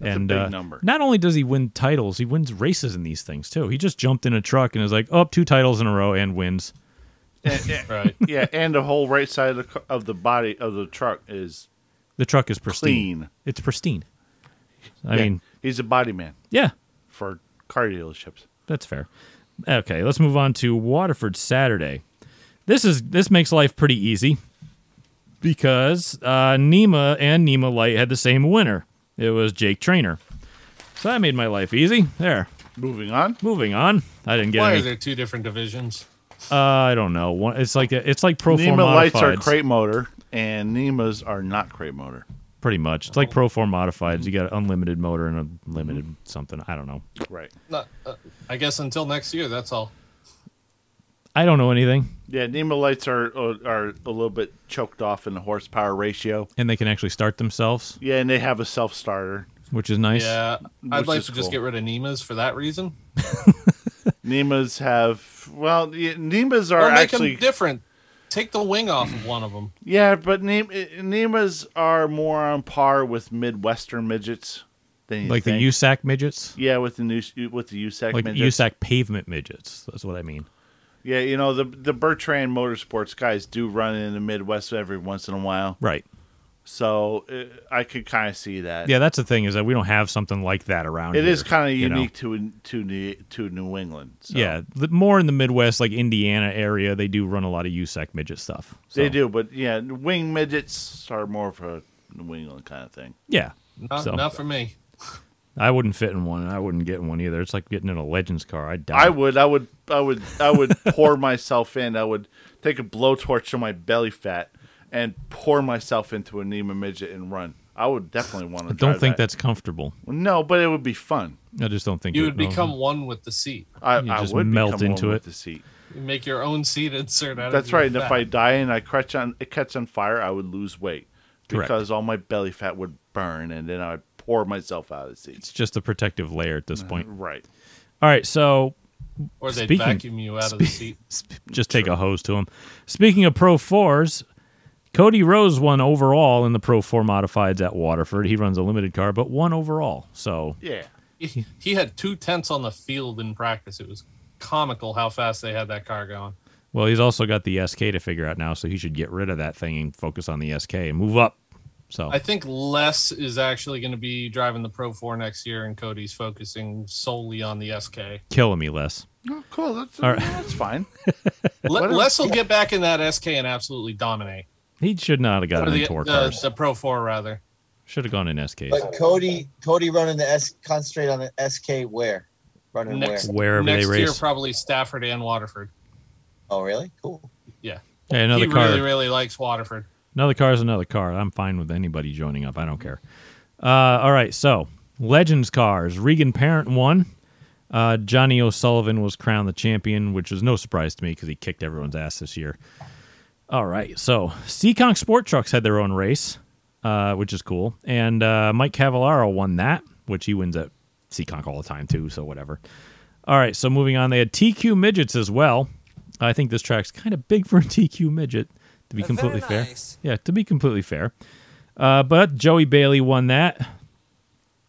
That's a
and
big
uh,
number.
not only does he win titles, he wins races in these things too. He just jumped in a truck and is like, "Up oh, two titles in a row and wins."
Right.
yeah, and the whole right side of the, cu- of the body of the truck is
The truck is pristine.
clean.
It's pristine. I
Yeah,
mean,
he's a body man
yeah,
for car dealerships.
that's fair. Okay, let's move on to Waterford Saturday. This is this makes life pretty easy because uh, Nema and Nema Light had the same winner. It was Jake Trainer, so that made my life easy. There.
Moving on.
Moving on. I didn't get
Why
any.
are there two different divisions?
Uh, I don't know. One, it's like it's like pro form
NEMA lights are
modifieds.
crate motor, and NEMA's are not crate motor.
pretty much. It's like pro form modifieds. You got unlimited motor and unlimited
Mm-hmm.
something. I don't know.
Right.
Not, uh, I guess until next year. That's all.
I don't know anything.
Yeah, NEMA lights are uh, are a little bit choked off in the horsepower ratio.
And they can actually start themselves,
Yeah, and they have a self starter.
which is nice.
Yeah, I'd
Which
like
is
to just
cool.
get rid of Nemas for that reason.
NEMA's have well, yeah, NEMA's are
Or make
actually
them different. Take the wing off of one of them.
yeah, but Ne- NEMA's are more on par with midwestern midgets than you
Like
think.
the USAC midgets,
Yeah, with the new with the USAC
like
midgets.
USAC pavement midgets. That's what I mean.
Yeah, you know the the Bertrand Motorsports guys do run in the Midwest every once in a while,
Right.
so uh, I could kind of see that.
Yeah, that's the thing is that we don't have something like that around.
it
here,
is kind of
you know?
unique to to New, to New England. So.
Yeah, the, more in the Midwest, like Indiana area, they do run a lot of USAC midget stuff. So,
they do, but yeah, wing midgets are more of a New England kind of thing.
Yeah.
Not,
So-
not for me.
I wouldn't fit in one. and I wouldn't get in one either. It's like getting in a Legends car. I'd die.
I would, I would, I would, I would pour myself in. I would take a blowtorch to my belly fat and pour myself into a NEMA midget and run. I would definitely want to.
I don't think that's comfortable.
no, but it would be fun.
I just don't think
You
it-
would
no.
become one with the seat.
I,
You
I
just
would
melt
become one
into it.
with The seat.
You make your own seat insert out. of
That's
your
right. And if
back.
I die and I catch on, it catch on fire, I would lose weight
Correct.
because all my belly fat would burn, and then I'd pour myself out of the seat.
It's just a protective layer at this point.
Right.
All right, so
or they
speaking-
vacuum you out of the seat.
sp- just take a hose to him. Speaking of Pro Fours, Cody Rose won overall in the Pro Four modifieds at Waterford. He runs a limited car, but won overall. So
Yeah.
He, he had two tenths on the field in practice. It was comical how fast they had that car going.
well, he's also got the SK to figure out now, so he should get rid of that thing and focus on the SK and move up. So
I think Les is actually going to be driving the Pro 4 next year, and Cody's focusing solely on the SK.
killing me less.
Oh, cool. That's
All right.
that's fine.
Le-
What a-
Les will get back in that SK and absolutely dominate.
He should not have
Or
gotten
the, uh,
into our
the,
cars.
the Pro 4, rather.
Should have gone in SKs.
But Cody, Cody running the S, concentrate on the SK where, running
Next,
where?
Wherever they
next year,
race.
probably Stafford and Waterford.
Oh, really? Cool.
Yeah.
Hey, another
he
car.
really, really likes Waterford.
Another car is another car. I'm fine with anybody joining up. I don't care. Uh, all right, so Legends cars. Regan Parent won. Uh, Johnny O'Sullivan was crowned the champion, which is no surprise to me because he kicked everyone's ass this year. All right, so Seekonk Sport Trucks had their own race, uh, which is cool, and uh, Mike Cavallaro won that, which he wins at Seekonk all the time too. So whatever. All right, so moving on, they had TQ midgets as well. I think this track's kind of big for a TQ midget, to be
Uh, very
completely fair.
nice.
Yeah, to be completely fair. Uh, but Joey Bailey won that,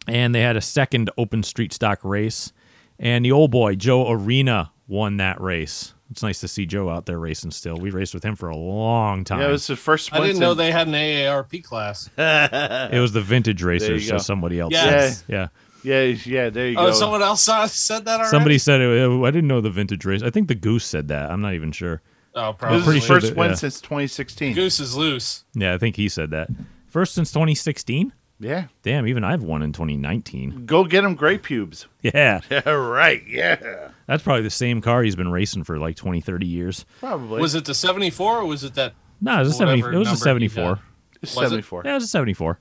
and they had a second open street stock race, and the old boy Joe Arena won that race. It's nice to see Joe out there racing still. We raced with him for a long time.
Yeah, it was the first.
I didn't
Swenson-
know they had an AARP class.
It was the vintage racers,
you
so
go.
somebody else.
Yes.
said. Yeah.
Yeah, yeah. There you
Oh,
go.
someone else saw, said that already.
Somebody said it. oh, I didn't know the vintage race. I think the Goose said that. I'm not even sure.
Oh, probably.
this
pretty
is the first
sure that-
one
yeah.
since 2016.
Goose is loose.
Yeah, I think he said that. First since 2016.
Yeah,
Damn, even I've won in 2019.
go get him gray pubes.
Yeah,
Yeah, right. Yeah,
that's probably the same car he's been racing for like 20, 30 years.
probably.
Was it the 74 or was it that?
No, it was a
Whatever
70. It was a
number he
74.
It's
was it?
74?
Yeah, it was a 74.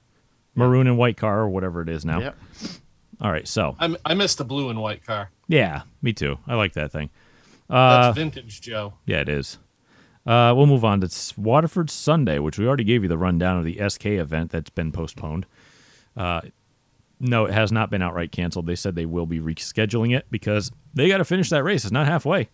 Maroon and white car or whatever it is now.
Yep.
All right, so
I, I missed the blue and white car.
yeah, me too. I like that thing. Uh,
That's vintage Joe.
Yeah, it is. Uh, we'll move on to S- Waterford Sunday, which we already gave you the rundown of the SK event that's been postponed. Uh, no, it has not been outright canceled. They said they will be rescheduling it because they got to finish that race. It's not halfway.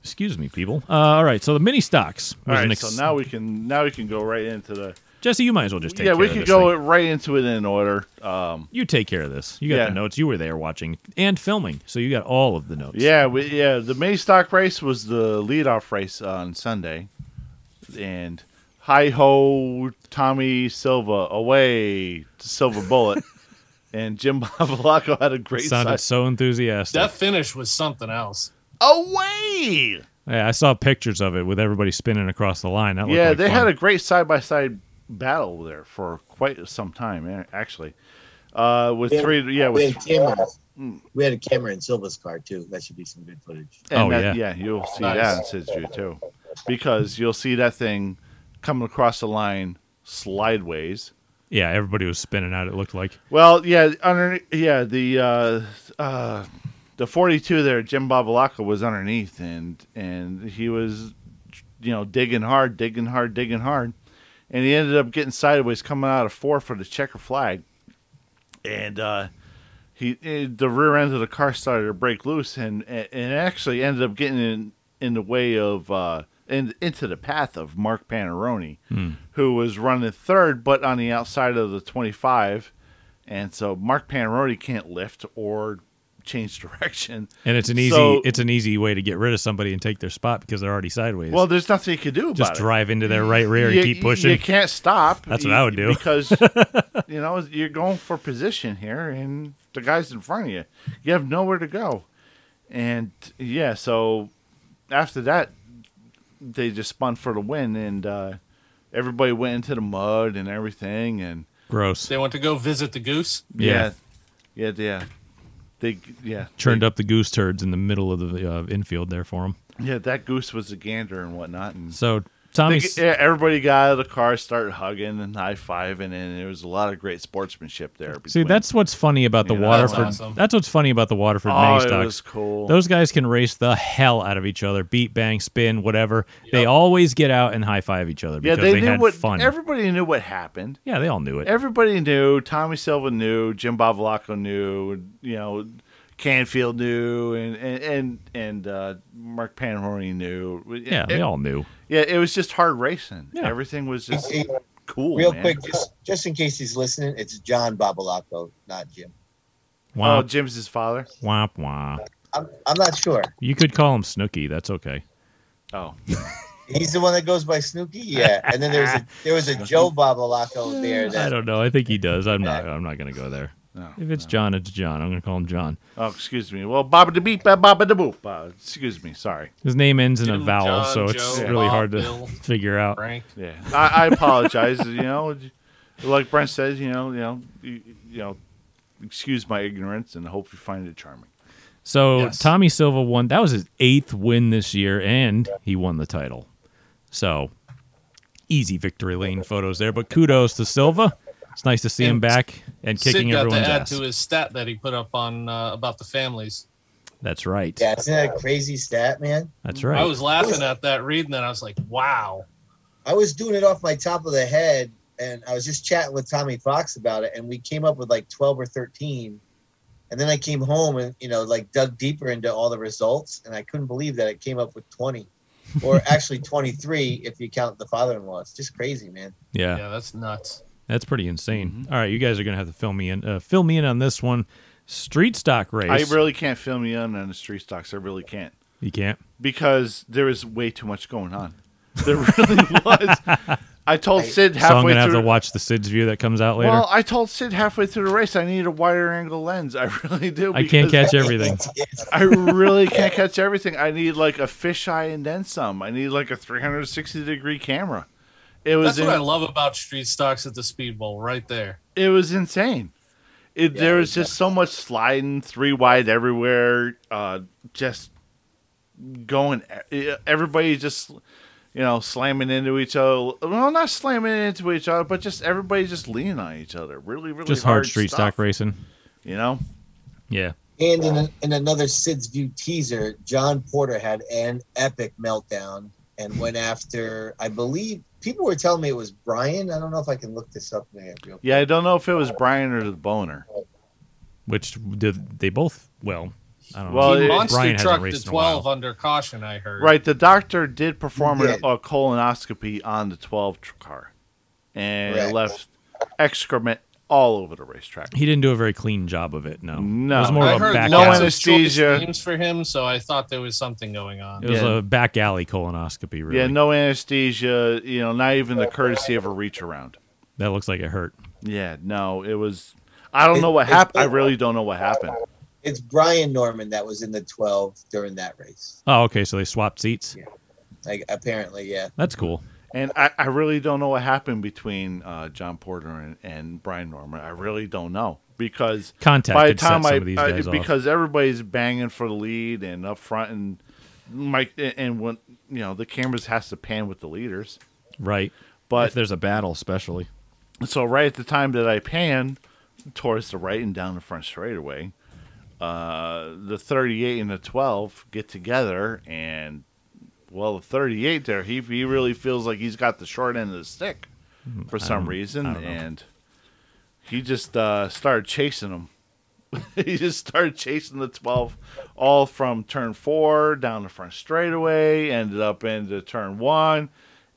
Excuse me, people. Uh, all right, so the mini stocks.
All
was an
right.
ex-
So now we can now we can go right into the.
Jesse, you might as well just take
Yeah,
care
we
of
could
this
go
thing.
right into it in order. Um,
You take care of this. You got
Yeah.
the notes. You were there watching and filming, so you got all of the notes.
yeah, we, yeah. The main stock race was the leadoff race on Sunday, and hi ho, Tommy Silva away to Silver Bullet, and Jim Bavalaco had a great
Sounded
side.
so enthusiastic.
That finish was something else.
away.
Yeah, I saw pictures of it with everybody spinning across the line. That looked
Yeah,
like
they
fun.
had a great side by side battle there for quite some time, eh, actually. Uh, with
Yeah.
three, yeah,
We
with
had Cameron. We had a camera in Silva's car too. That should be some good footage.
and
Oh,
that-
yeah.
you'll see
Nice.
that in situ too, because you'll see that thing coming across the line slideways.
Yeah, everybody was spinning out. It looked like.
Well, yeah, under yeah the uh, uh, the forty two there, Jim Babalaka was underneath, and and he was, you know, digging hard, digging hard, digging hard, and he ended up getting sideways, coming out of four for the checker flag, and uh, he eh, the rear end of the car started to break loose, and and and actually ended up getting in in the way of uh, in, into the path of Mark Panarone, who was running third, but on the outside of the twenty five. And so Mark Panarone can't lift or change direction.
And it's an easy
So-
it's an easy way to get rid of somebody and take their spot because they're already sideways.
Well, there's nothing you can do about
just
it.
drive into their right rear
You-
and keep pushing.
You can't stop.
That's
You-
what I would do.
because you know you're going for position here, and the guy's in front of you. You have nowhere to go, and yeah. So after that, they just spun for the win, and uh, everybody went into the mud and everything, and
Gross.
They went to go visit the goose.
Yeah.
yeah, yeah. yeah. They yeah
Churned up the goose turds in the middle of the uh, infield there for them.
yeah that goose was a gander and whatnot and
So
They
Tommy,
g- yeah, everybody got out of the car, started hugging and high fiving, and there was a lot of great sportsmanship there.
see
between-
that's what's funny about the
Yeah, that's
Waterford. That's,
awesome.
what's funny about the Waterford
oh,
mini
it
stocks.
was cool.
Those guys can race the hell out of each other, beat, bang, spin, whatever. They always get out and high five each other
yeah,
because
they, knew
had
what
fun.
everybody knew what happened.
yeah, they all knew it.
Everybody knew. Tommy Silva knew. Jim Bavalaco knew. You know, Canfield knew, and and and, and uh, Mark Panhorny knew.
yeah, they
It-
all knew.
yeah, Oh, it was just hard racing.
Yeah.
Everything was just
Hey,
cool.
Real
man.
quick, just just in case he's listening, it's John Babalaco, not Jim.
Oh,
Womp,
Jim's his father.
womp, womp.
I'm, I'm not sure.
You could call him Snooky. That's okay.
Oh,
He's the one that goes by Snooky, yeah. And then there was a there was a Joe
Oh,
Babalaco there.
I
That,
don't know. I think he does. I'm not. I'm not going to go there.
no.
If it's John, it's John. I'm going to call him John.
Oh, excuse me. Well, Baba da beep, ba- Baba da boop. Uh, excuse me. Sorry.
His name ends in a
Jim,
vowel,
John,
so it's
Joe,
really
Bob,
hard to
Bill.
figure out.
Frank.
Yeah, I, I apologize. you know, like Brent says, you know, you know, you, you know, excuse my ignorance, and hope you find it charming.
So
Yes.
Tommy Silva won. That was his eighth win this year, and he won the title. So easy victory lane photos there. But kudos to Silva. It's nice to see him
And
back and kicking
Sid got to
everyone's
add
ass.
to his stat that he put up on uh, about the families.
That's right.
yeah, isn't that a crazy stat, man?
That's right.
I was laughing at that reading that. I was like, wow.
I was doing it off my top of the head, and I was just chatting with Tommy Fox about it, and we came up with like twelve or thirteen. And then I came home and you know like dug deeper into all the results, and I couldn't believe that it came up with twenty, or actually twenty three if you count the father-in-law. It's just crazy, man.
yeah.
Yeah, that's nuts.
That's pretty insane.
Mm-hmm.
All right, you guys are gonna have to fill me in. Uh, fill me in on this one. Street stock race.
I really can't film you in on the street stocks. I really can't.
You can't.
because there was way too much going on. There really was. I told Sid
so I'm
halfway
gonna have
through.
to watch the Sid's view that comes out later.
well, I told Sid halfway through the race I need a wider angle lens. I really do.
I can't
because
catch everything.
I really can't catch everything. I need like a fisheye and then some. I need like a 360 degree camera. It was
That's what
in-
I love about street stocks at the Speed Bowl, right there.
it was insane. It, there
it
was just so much sliding, three wide everywhere, uh, just going. e- Everybody just, you know, slamming into each other. Well, not slamming into each other, but just everybody just leaning on each other. Really, really
Just
hard,
hard street
stuff,
stock racing.
You know,
Yeah.
And in, a, in another Sid's View teaser, John Porter had an epic meltdown and went after, I believe, people were telling me it was Brian. I don't know if I can look this up now. real
yeah. I don't know if it was Brian or the boner.
Which did they both? Well, I don't
Well,
know.
he
it-
monster
Brian hasn't
trucked the
raced in a
twelve
while.
under caution. I heard.
Right. The doctor did perform a,
He did.
a colonoscopy on the 12 tr- car, and it
Correct.
left excrement all over the racetrack.
He didn't do a very clean job of it. No.
No.
It was more
I
of a
heard
back.
no
lots
alley.
of choice
anesthesia.
names for him, so I thought there was something going on.
It was
Yeah.
a back alley colonoscopy. Really.
Yeah, no anesthesia. You know, not even the courtesy of a reach around.
That looks like it hurt.
Yeah, no, it was. I don't
It-
know what
it-
happened. I really don't know what happened.
It's Brian Norman that was in the 12 during that race.
Oh, okay. So they swapped seats.
Yeah. Like, apparently, yeah.
That's cool.
And I, I really don't know what happened between uh, John Porter and, and Brian Norman. I really don't know because
Contact
by the
could set
time
some
I,
of these
I-
guys off.
because everybody's banging for the lead and up front and Mike and when you know the cameras has to pan with the leaders.
Right.
But
if there's a battle, especially.
So right at the time that I pan towards the right and down the front straightaway, uh, the 38 and the 12 get together, and well, the 38 there, he he really feels like he's got the short end of the stick for some
don't-
reason,
Hmm, I don't know.
and he just uh, started chasing him. he just started chasing the 12 all from turn four down the front straightaway, ended up into turn one,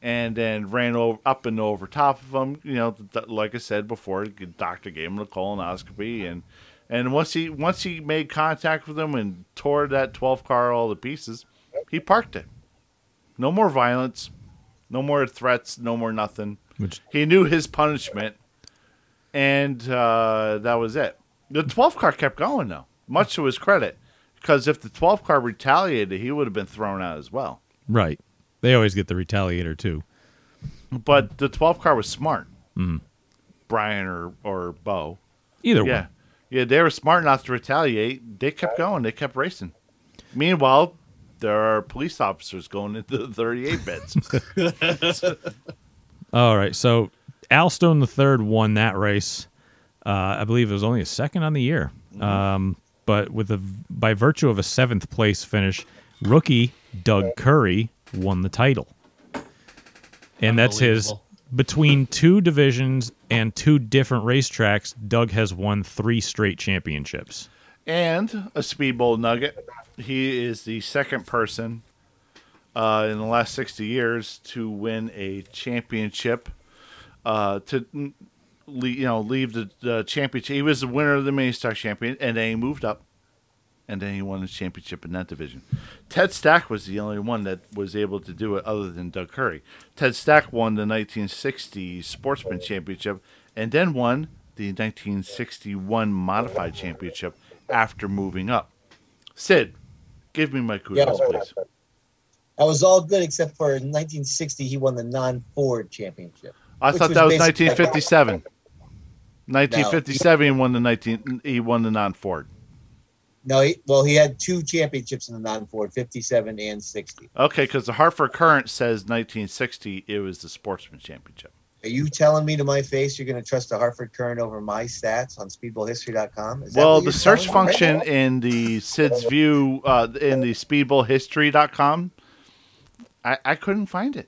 and then ran over, up and over top of him. You know, th- like I said before, the doctor gave him the colonoscopy, and and once he once he made contact with him and tore that 12 car all to pieces, he parked it. No more violence, no more threats, no more nothing.
Which
He knew his punishment, and uh, that was it. The 12 car kept going, though, much to his credit, because if the 12 car retaliated, he would have been thrown out as well.
right. They always get the retaliator too.
But the 12 car was smart. Brian or, or Bo.
Either
Yeah.
one.
Yeah, they were smart enough to retaliate. They kept going, they kept racing. Meanwhile, there are police officers going into the 38 beds.
All right. So Al Stone the third won that race. Uh, I believe it was only a second on the year.
Mm-hmm.
Um, but with a by virtue of a seventh place finish, rookie Doug Curry won the title. And that's his
Unbelievable.
between two divisions and two different racetracks, Doug has won three straight championships.
and a speedball nugget. He is the second person uh, in the last 60 years to win a championship. Uh, to mm, le- you know, leave the, the championship. He was the winner of the mini stock champion, and then he moved up, and then he won the championship in that division. Ted Stack was the only one that was able to do it, other than Doug Curry. Ted Stack won the 1960 Sportsman Championship, and then won the 1961 Modified Championship after moving up. Sid, give me my kudos,
Yeah.
please.
That was all good except for in 1960, he won the non Ford championship.
I
Which
thought
was
that was
basically-
1957. 1957, he won the 19. He won the non-Ford.
No, he, well, he had two championships in the non Ford 57 and 60.
Okay, because the Hartford Current says 1960. It was the Sportsman Championship.
Are you telling me to my face you're going to trust the Hartford Current over my stats on speedballhistory.com? Is that
Well,
what
the
you're
search
telling me?
function in the Sid's View uh, in the SpeedballHistory.com, I, I couldn't find it.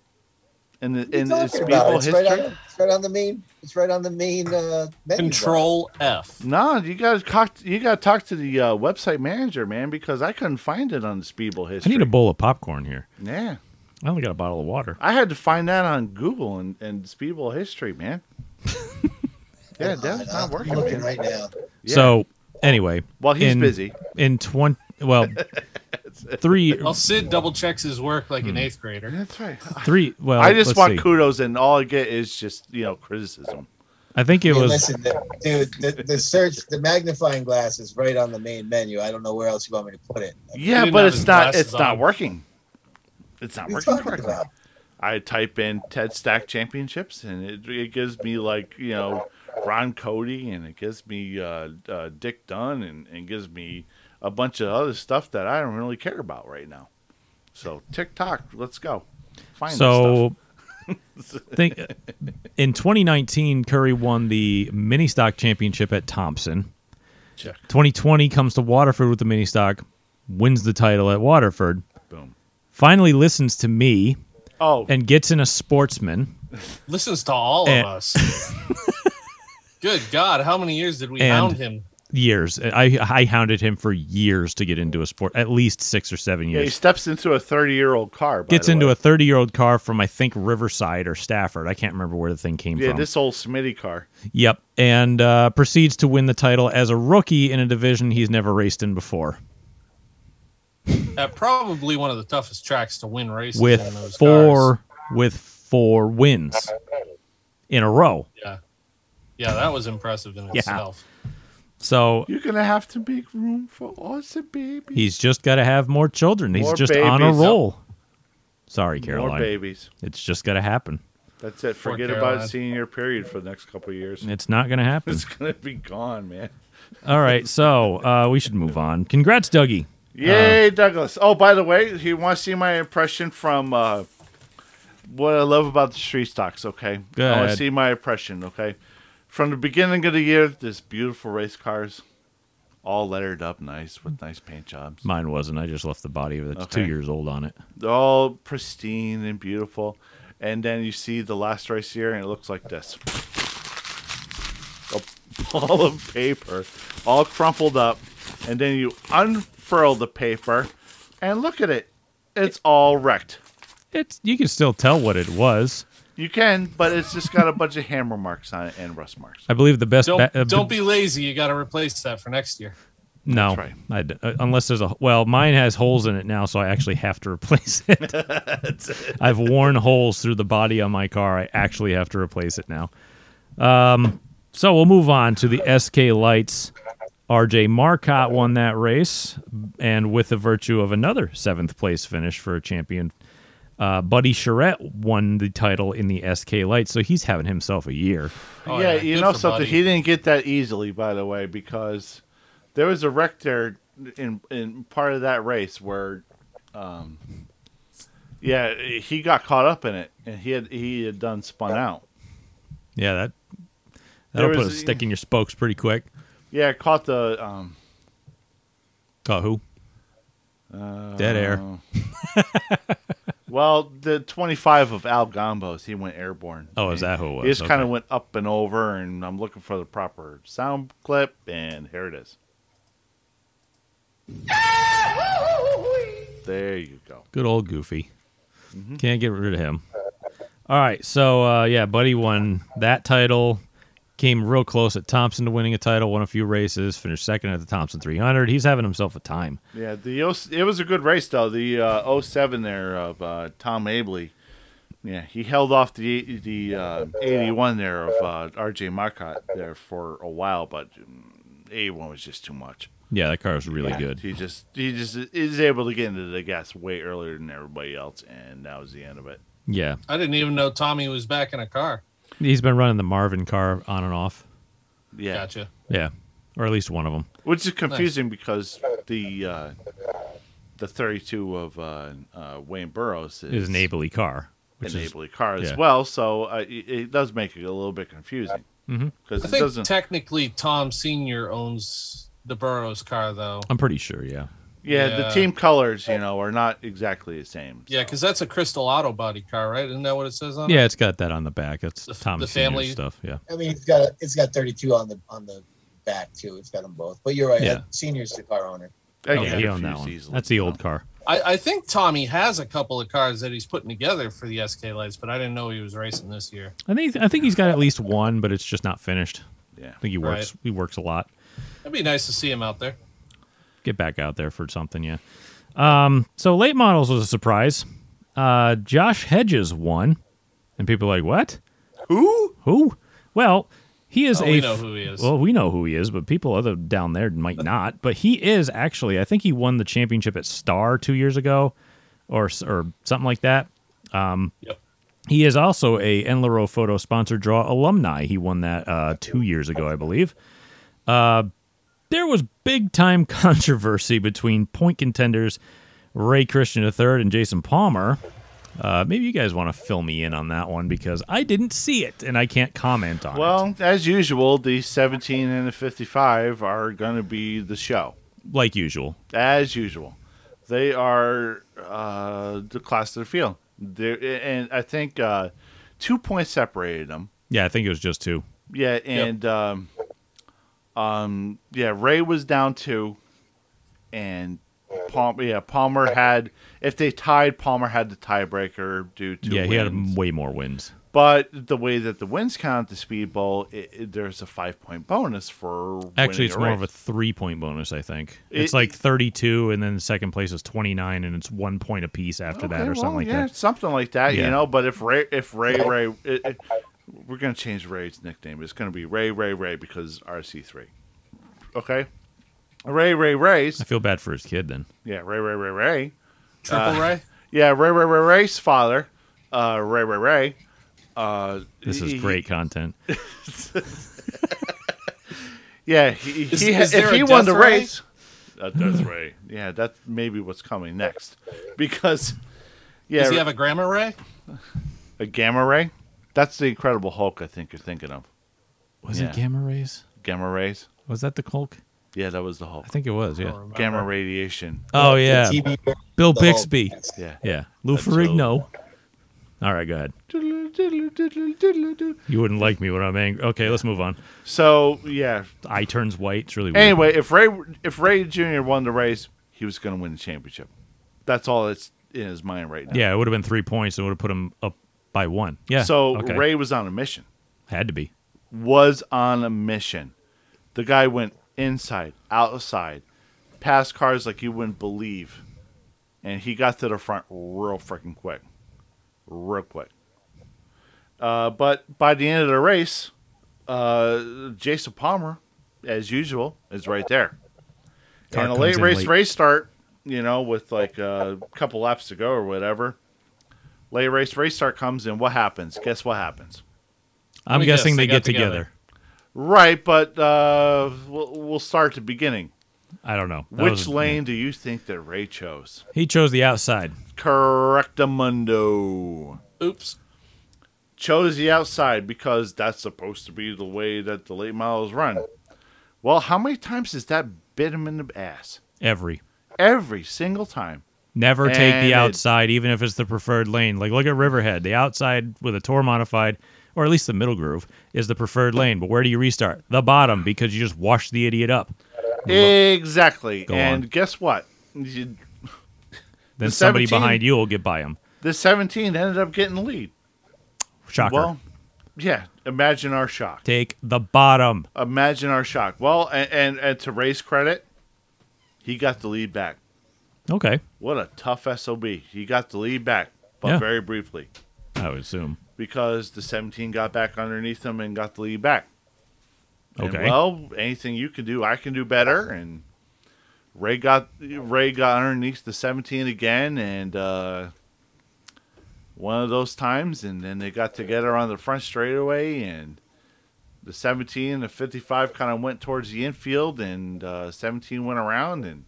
In the in the
What are you talking about?
Speedball
It's
history,
Right on, it's right on the main. It's right on the main uh, menu.
Control F.
no, you got to talk. You got to talk to the uh, website manager, man, because I couldn't find it on the Speedball
I
history.
need a bowl of popcorn here.
yeah.
I only got a bottle of water.
I had to find that on Google and, and Speedball History, man. yeah,
Hold on,
that's not
I'm
working.
Looking
man.
right now.
Yeah.
So anyway,
well, he's
in-
busy.
in 20 well three,
Well, Sid double checks his work
Hmm.
like an eighth grader.
That's right.
three. Well,
I just
uh, let's
want
see.
kudos, and all I get is just you know criticism.
I think it
Hey,
was.
listen, the- dude, the, the search, the magnifying glass is right on the main menu. I don't know where else you want me to put it.
He
Yeah,
didn't
but
have
it's
his
not.
glasses
It's not
on.
working. It's not
What are you
working
talking
correctly.
about?
I type in Ted Stack Championships, and it, it gives me like you know Ron Cody, and it gives me uh, uh, Dick Dunn, and, and gives me a bunch of other stuff that I don't really care about right now. So TikTok, let's go. Find
So, think in 2019, Curry won the mini stock championship at Thompson.
this stuff. check
2020 comes to Waterford with the mini stock, wins the title at Waterford.
boom.
Finally, listens to me
Oh,
and gets in a sportsman.
Listens to all
And-
of us. Good God, how many years did we
And-
hound him?
Years, I I hounded him for years to get into a sport, at least six or seven
yeah,
years.
he steps into a thirty-year-old car. By
gets
the
into
way.
a 30 year old car from I think Riverside or Stafford. I can't remember where the thing came
yeah,
from.
this old Smitty car.
Yep, and uh, proceeds to win the title as a rookie in a division he's never raced in before,
At probably one of the toughest tracks to win races
with
in those
four
cars.
with four wins in a row.
Yeah, yeah, that was impressive in
Yeah.
itself.
So
You're gonna have to make room for us, baby.
he's just got to have more children. He's
More
just on a
babies.
roll. Sorry,
More
Caroline.
babies.
It's just got to happen.
That's it.
Poor
Forget
Caroline.
about senior period for the next couple of years.
It's not going to happen.
It's gonna be gone, man.
All right, so uh, we should move on. Congrats, Dougie.
Yay,
Uh.
Douglas. Oh, by the way, he wants to see my impression from uh, what I love about the street stocks, okay?
Go
I want to
ahead.
see my impression, okay? From the beginning of the year, this beautiful race cars, all lettered up nice with nice paint jobs.
Mine wasn't. I just left the body that's two
Okay.
years old on it.
They're all pristine and beautiful. And then you see the last race here, and it looks like this a ball of paper, all crumpled up. And then you unfurl the paper, and look at it. It's all wrecked.
It's you can still tell what it was.
You can, but it's just got a bunch of hammer marks on it and rust marks.
I believe the best.
Don't
ba- uh,
don't be lazy. You got to replace that for next year.
no.
That's
I d- uh, unless there's a well, mine has holes in it now, so I actually have to replace it. I've worn holes through the body on my car. I actually have to replace it now. Um, so we'll move on to the SK Lights. RJ Marcotte won that race, and with the virtue of another seventh place finish for a champion, uh, Buddy Charette won the title in the SK Lights, so he's having himself a year.
Oh,
yeah,
yeah.
you
Good
know
for
something.
Buddy.
He didn't get that easily, by the way, because there was a wreck there in in part of that race where, um, yeah, he got caught up in it, and he had he had done spun out.
Yeah, that
There
that'll put a
was-
stick in your spokes pretty quick.
Yeah, caught the um,
Caught who?
Uh,
Dead air.
uh, well the twenty five of Al Gombos. He went airborne.
Oh, is that who it was?
He just kind
Okay.
of went up and over, and I'm looking for the proper sound clip, and here it is. There you go.
Good old Goofy.
Mm-hmm.
Can't get rid of him. All right, so uh, yeah, Buddy won that title. Came real close at Thompson to winning a title. Won a few races. Finished second at the Thompson 300. He's having himself a time.
Yeah, the 0 it was a good race though. The uh, 07 there of uh, Tom Abley. Yeah, he held off the the uh, 81 there of uh, R.J. Marcotte there for a while, but mm, 81 was just too much.
Yeah, that car was really good.
He just he just is able to get into the gas way earlier than everybody else, and that was the end of it.
Yeah,
I didn't even know Tommy was back in a car.
he's been running the Marvin car on and off.
Yeah,
Gotcha.
Yeah, or at least one of them.
which is confusing because the uh, the 32 of uh, uh, Wayne Burroughs
It was
is
an Abley car, which
an
is
Abley car as
yeah.
well. So uh, it, it does make it a little bit confusing
Mhm.
because
I
it
think
doesn't.
technically Tom Senior owns the Burroughs car though.
I'm pretty sure. Yeah,
yeah, the
yeah.
team colors, you know, are not exactly the same.
Yeah,
so.
because that's a Crystal Auto body car, right? Isn't that what it says on it?
yeah, it's got that on the back. That's
Uh-huh. The f-
Tom
the
Senior's
family-
stuff. Yeah,
I mean, it's got it's got 32 on the on the back too. It's got them both. But you're right.
Yeah.
Yeah. Senior's the car owner.
I
Oh,
get
yeah, he owned that
confused
one.
easily,
That's the
so.
old car.
I, I think Tommy has a couple of cars that he's putting together for the SK lights, but I didn't know he was racing this year.
I think I think he's got at least one, but it's just not finished.
Yeah.
I think he works he works a lot.
It'd be nice to see him out there.
Get back out there for something, yeah. Um, so late models was a surprise. Uh, Josh Hedges won, and people are like, "What?
Who?
Who?" Well, he is
Oh,
a.
we know
f-
who he is.
Well, we know who he is, but people other down there might not. But he is actually. I think he won the championship at Star two years ago, or s- or something like that. Um,
Yep.
He is also a Enlaro Photo Sponsor Draw alumni. He won that uh, two years ago, I believe. Uh, there was big time controversy between point contenders Ray Christian III and Jason Palmer. Uh, maybe you guys want to fill me in on that one because I didn't see it and I can't comment on it.
Well, as usual, the 17 and the 55 are going to be the show,
Like usual.
as usual. They are uh, the class of the field. They're, and I think uh, two points separated them.
Yeah, I think it was just two.
Yeah, and um, um, yeah, Ray was down two, and Palmer. Yeah, Palmer had if they tied, Palmer had the tiebreaker due to
yeah, he
wins.
had way more wins.
But the way that the wins count the speedball, it, it- there's a five point bonus for
Actually,
winning
it's
a
more
race.
of a three point bonus, I think. it's
It-
like 32, and then the second place is 29, and it's one point apiece after that
Okay,
or something
well,
like
yeah,
that.
something like that,
Yeah.
you know. But if Ray, if Ray, Ray, it, it- we're gonna change Ray's nickname. It's gonna be Ray, Ray, Ray because RC three. Okay, Ray, Ray, Ray's.
I feel bad for his kid then.
Yeah, Ray, Ray, Ray, Ray.
Triple
Uh,
Ray.
Yeah, Ray, Ray, Ray, Ray's father, uh, Ray, Ray, Ray. Uh,
This
he-
is great content.
Yeah, he,
Is-
he,
is
if
there
he
a
won the
death ray?
race, a death ray. Yeah, that's maybe what's coming next, because yeah,
Does he have a grammar ray?
a gamma ray. That's the Incredible Hulk. I think you're thinking of
Was
Yeah.
it gamma rays?
gamma rays.
Was that the Hulk?
Yeah, that was the Hulk.
I think it was.
Oh,
Yeah.
Gamma radiation.
Oh yeah,
TV
Bill
the Hulk.
Bixby.
Yeah.
Yeah, Lou Ferrigno. All right, go ahead. You wouldn't like me when I'm angry. Okay, let's move on.
So yeah.
Eye turns white. It's really weird.
Anyway, if Ray if Ray Jr. won the race, he was going to win the championship. That's all that's in his mind right now.
Yeah, it would have been three points. It would have put him up by one. Yeah.
So
okay.
Ray was on a mission.
had to be.
was on a mission. The guy went inside, outside, past cars like you wouldn't believe. And he got to the front real freaking quick. Real quick. Uh, but by the end of the race, uh, Jason Palmer, as usual, is right there.
Car
and a
comes
late
in
race
late.
race start, you know, with like a couple laps to go or whatever. Late race race start comes in. What happens? Guess what happens?
I'm
me guess,
guessing
they
they,
got
get
together.
together.
Right, but uh, we'll, we'll start at the beginning.
I don't know. That
Which
was-
lane do you think that Ray chose?
He chose the outside.
Correctamundo.
Oops.
Chose the outside because that's supposed to be the way that the late models run. Well, how many times has that bit him in the ass?
Every.
Every single time.
Never take
And
the
it-
outside, even if it's the preferred lane. Like, look at Riverhead. The outside with a tour modified, or at least the middle groove, is the preferred lane. But where do you restart? The bottom, because you just wash the idiot up.
Exactly.
Go
and
on.
guess what? You-
Then
The
somebody
17
behind you will get by him.
The 17 ended up getting the lead.
Shocker.
Well, yeah. Imagine our shock.
take the bottom.
Imagine our shock. Well, and, and, and to Ray's credit, he got the lead back.
Okay.
What a tough SOB. He got the lead back, but
Yeah.
very briefly
I would assume.
because the 17 got back underneath him and got the lead back. And,
Okay.
well, anything you can do, I can do better. And Ray got Ray got underneath the 17 again, and uh, one of those times, and then they got together on the front straightaway, and the 17 and the 55 kind of went towards the infield, and uh, 17 went around, and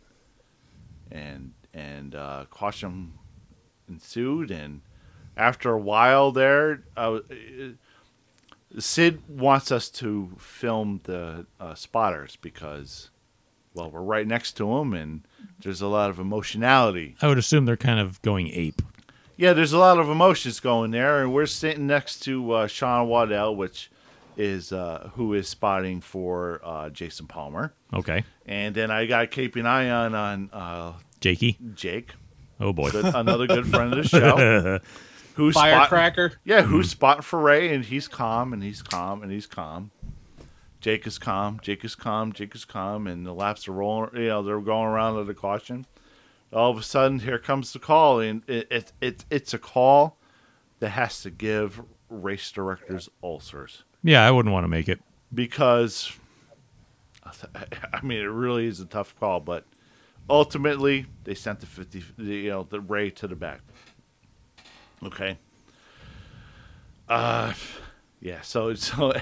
and and uh, caution ensued, and after a while there, uh, Sid wants us to film the uh, spotters because, well, we're right next to him and there's a lot of emotionality.
I would assume they're kind of going ape.
Yeah, there's a lot of emotions going there, and we're sitting next to uh, Sean Waddell, which is uh, who is spotting for uh, Jason Palmer,
Okay.
and then I got to keep an eye on on uh,
Jakey.
Jake,
Oh boy.
good, another good friend of the show, who's
Firecracker.
Yeah, who's spot for Ray, and he's calm, and he's calm, and he's calm. Jake is calm. Jake is calm. Jake is calm, and the laps are rolling. You know, they're going around at a caution. all of a sudden here comes the call and it, it, it it's a call that has to give race directors ulcers
Yeah, I wouldn't want to make it.
because I mean it really is a tough call but ultimately they sent the 50 the, you know the Ray to the back okay uh yeah so so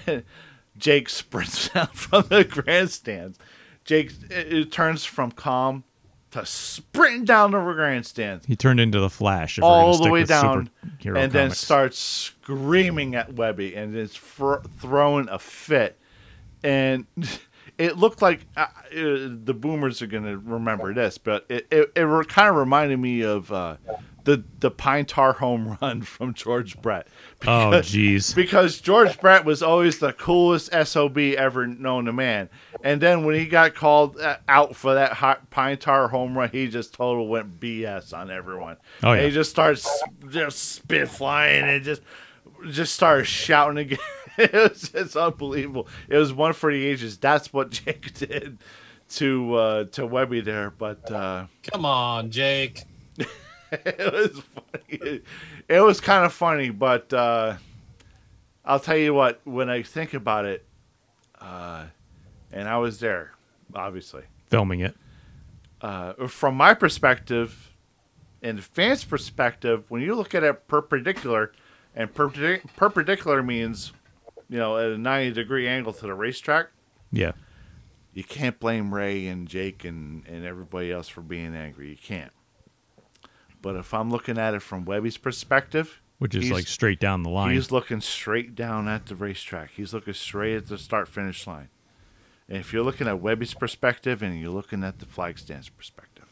Jake sprints out from the grandstands Jake it, it turns from calm to sprinting down the grandstands
He turned into the Flash if we're gonna
all the
stick
way
with
down and
superhero
then
comics.
starts screaming at Webby and is fr- throwing a fit. And it looked like uh, uh, the boomers are going to remember this, but it, it, it re- kind of reminded me of uh, the, the Pine Tar home run from George Brett.
Oh, jeez.
Because George Brett was always the coolest SOB ever known to man. And then when he got called uh, out for that hot pine tar home run, he just total went BS on everyone.
Oh,
And he
yeah.
just starts just spit flying and just just started shouting again. it was just unbelievable. It was one for the ages. That's what Jake did to uh, to Webby there. But uh,
Come on, Jake.
it was funny. It was kind of funny, but uh, I'll tell you what. When I think about it, uh, and I was there, obviously.
filming it.
Uh, from my perspective, and the fans' perspective, when you look at it perpendicular, and perpendic- perpendicular means, you know, at a ninety degree angle to the racetrack,
Yeah.
you can't blame Ray and Jake and, and everybody else for being angry. You can't. But if I'm looking at it from Webby's perspective,
Which is
He's-
like straight down the line.
He's looking straight down at the racetrack. He's looking straight at the start finish line. And if you're looking at Webby's perspective and you're looking at the flag stand's perspective,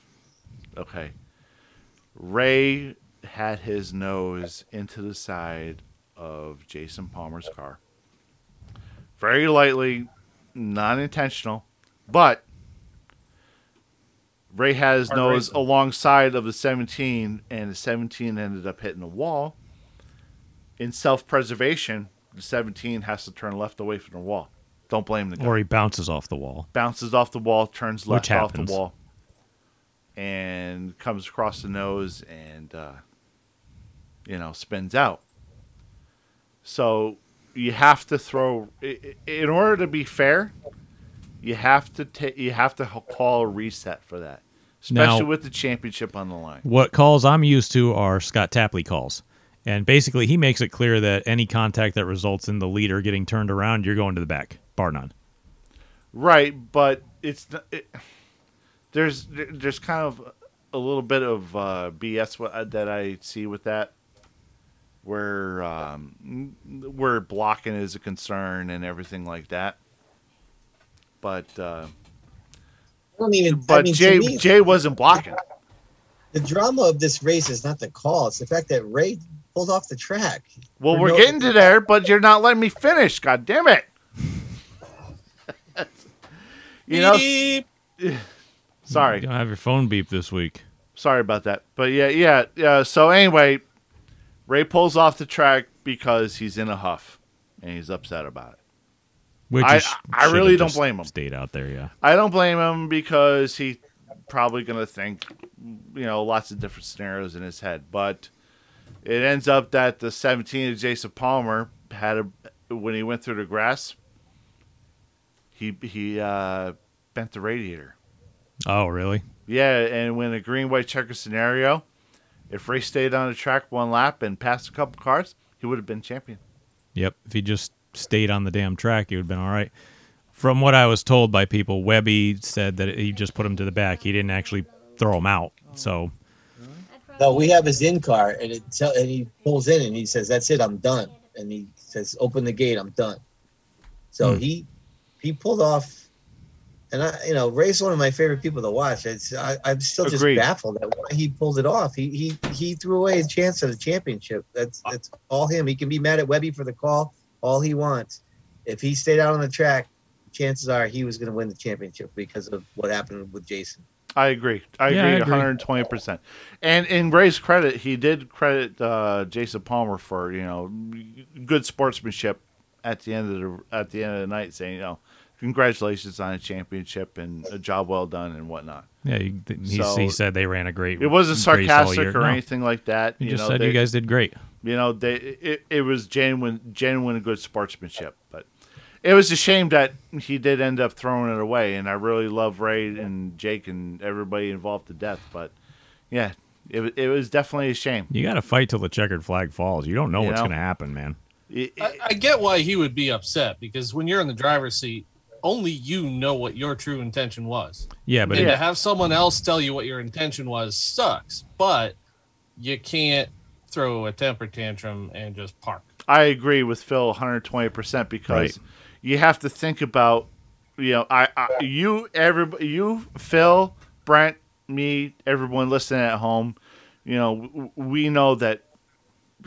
okay. Ray had his nose into the side of Jason Palmer's car. Very lightly, not intentional, but Ray had his
Hard
nose
racing.
alongside of the 17, and the 17 ended up hitting the wall in self-preservation, the 17 has to turn left away from the wall. Don't blame the guy.
or he bounces off the wall.
Bounces off the wall, turns
Which
left off the
happens.
wall, and comes across the nose and uh, you know spins out. So you have to throw i- i- in order to be fair. You have to ta- you have to h- call a reset for that, especially
Now-
with the championship on the line.
What calls I'm used to are Scott Tapley calls. And basically, he makes it clear that any contact that results in the leader getting turned around, you're going to the back, bar none.
Right, but it's n- it, there's there- there's kind of a little bit of uh, BS wha- that I see with that, where um, where blocking is a concern and everything like that. But uh,
I don't even.
but
I mean, to
Jay
me,
Jay wasn't blocking.
the drama of this race is not the call; it's the fact that Ray pulled off the track.
Well,
For
we're
no-
getting to there, but you're not letting me finish. God damn it! you know,
Beep.
sorry.
You don't have your phone beep this week.
sorry about that. But yeah, yeah, yeah. So anyway, Ray pulls off the track because he's in a huff and he's upset about it.
Which
I-
is-
I
should've
really don't
just
blame him.
Stayed out there, yeah.
I don't blame him because he probably gonna think, you know, lots of different scenarios in his head. But it ends up that the 17 of Jason Palmer had a when he went through the grass. He he uh, bent the radiator.
Oh, really?
Yeah, and when a green white checker scenario, if Ray stayed on the track one lap and passed a couple cars, he would have been champion.
Yep. If he just stayed on the damn track, he would have been all right. From what I was told by people, Webby said that he just put him to the back. He didn't actually throw him out. So,
No, we have his in car, and it tell, and he pulls in, and he says, "That's it, I'm done." And he says, "Open the gate, I'm done." So
Hmm.
he he pulled off, and I, you know, Ray's one of my favorite people to watch. It's I, I'm still just
Agreed.
baffled at why he pulled it off. He he he threw away his chance at a championship. That's that's all him. He can be mad at Webby for the call all he wants. If he stayed out on the track, chances are he was going to win the championship because of what happened with Jason.
I agree. I
Yeah, I
agree,
agree.
120%. And in Ray's credit, he did credit uh, Jason Palmer for, you know, good sportsmanship at the end of the at the end of the night saying, you know, congratulations on a championship and a job well done and whatnot.
Yeah, he, th- he,
So-
he said they ran a great.
It wasn't
race all
sarcastic
year.
or
No,
anything like that.
He
you
just
know,
said
they,
you guys did great.
you know, they it, it was genuine, genuine good sportsmanship. But it was a shame that he did end up throwing it away. And I really love Ray and Jake and everybody involved to death. But yeah, it wa- it was definitely a shame.
You got to fight till the checkered flag falls. You don't know
You
what's
know?
going to happen, man.
It-
I, I get why he would be upset because when you're in the driver's seat, only you know what your true intention was.
Yeah, but
and
it-
to have someone else tell you what your intention was sucks, but you can't throw a temper tantrum and just park.
I agree with Phil 120% because
Right.
you have to think about, you know, I, I you everybody you Phil, Brent, me, everyone listening at home, you know, w- we know that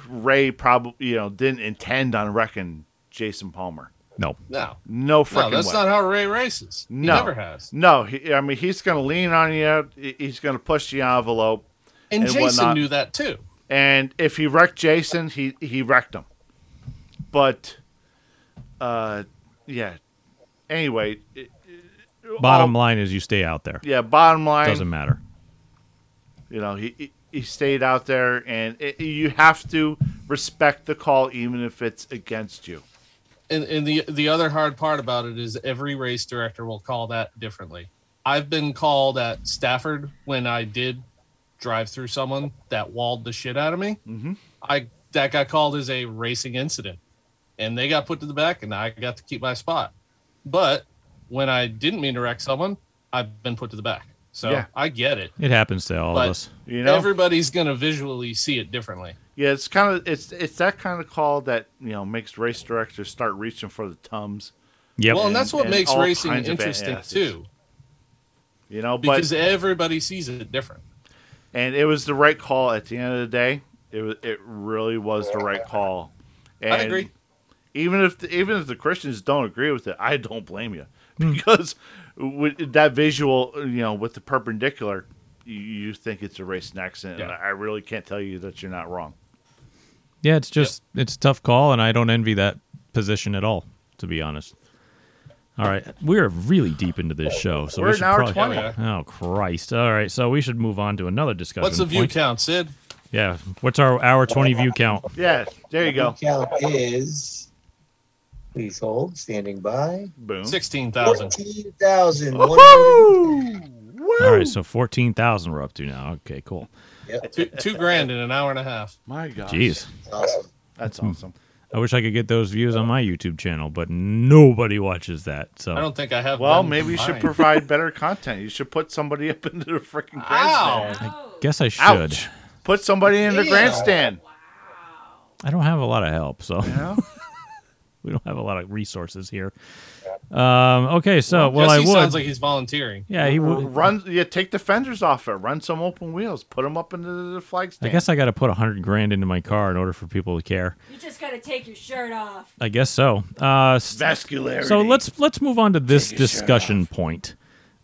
Ray probably, you know, didn't intend on wrecking Jason Palmer.
no,
No,
No freaking
no, that's
way.
not how Ray races. He
No.
never has.
no, he, I mean he's going to lean on you. he- He's going to push the envelope.
And,
And
Jason
whatnot.
knew that too.
And if he wrecked Jason, he he wrecked him. But, uh, yeah. Anyway, it-
bottom
all-
line is you stay out there.
yeah. Bottom line,
Doesn't matter.
you know, he he- he stayed out there, and it, you have to respect the call, even if it's against you.
and, and the the other hard part about it is every race director will call that differently. I've been called at Stafford when I did drive through someone that walled the shit out of me.
Mm-hmm.
Mhm.
I that got called as a racing incident, and they got put to the back, and I got to keep my spot. But when I didn't mean to wreck someone, I've been put to the back. So
Yeah.
I get it.
It happens to all
But-
of us.
You know,
Everybody's gonna visually see it differently.
yeah. It's kind of it's it's that kind of call that you know makes race directors start reaching for the tums.
Yep.
Well,
And-
and that's what
and
makes
all
racing
kinds of
interesting
badasses.
too,
You know, but
because everybody sees it different.
and it was the right call at the end of the day. It was, it really was the right call. And
agree.
Even if the, even if the Christians don't agree with it, I don't blame you
Hmm.
because with that visual, you know, with the perpendicular, you, you think it's a racing accident. And
Yeah.
I really can't tell you that you're not wrong.
yeah, it's just it's a tough call, and I don't envy that position at all, to be honest. All right, we're really deep into this show, so
We're
we
an
should
hour
probably-
20.
Yeah,
Oh Christ! All right, so we should move on to another discussion.
What's the view
point.
count, Sid?
Yeah, what's our hour twenty view count?
Yeah, there you go.
Count is. Please hold. Standing by.
Boom.
Sixteen thousand.
Fourteen thousand one
Oh.
hundred.
Woo!
All right, so fourteen thousand we're up to now. Okay, cool.
Two, two grand in an hour and a half.
My God,
Jeez, Hmm.
Awesome.
that's awesome.
I wish I could get those views on my YouTube channel, but nobody watches that. So
I don't think I have.
Well,
them
maybe you should
combined.
provide better content. You should put somebody up into the freaking grandstand.
Ow!
Oh,
guess I should.
Ouch. Put somebody in the
Yeah.
grandstand.
I don't have a lot of help, so
You know?
we don't have a lot of resources here. Um, okay, so well,
Jesse
I would.
sounds like he's volunteering.
yeah, he
R-
would.
run yeah take the fenders off it run some open wheels put them up into the flag
I
stand
guess I got to put a hundred grand into my car in order for people to care.
You just gotta take your shirt off.
I guess so. Uh, s-
vascularity
so let's let's move on to this discussion point.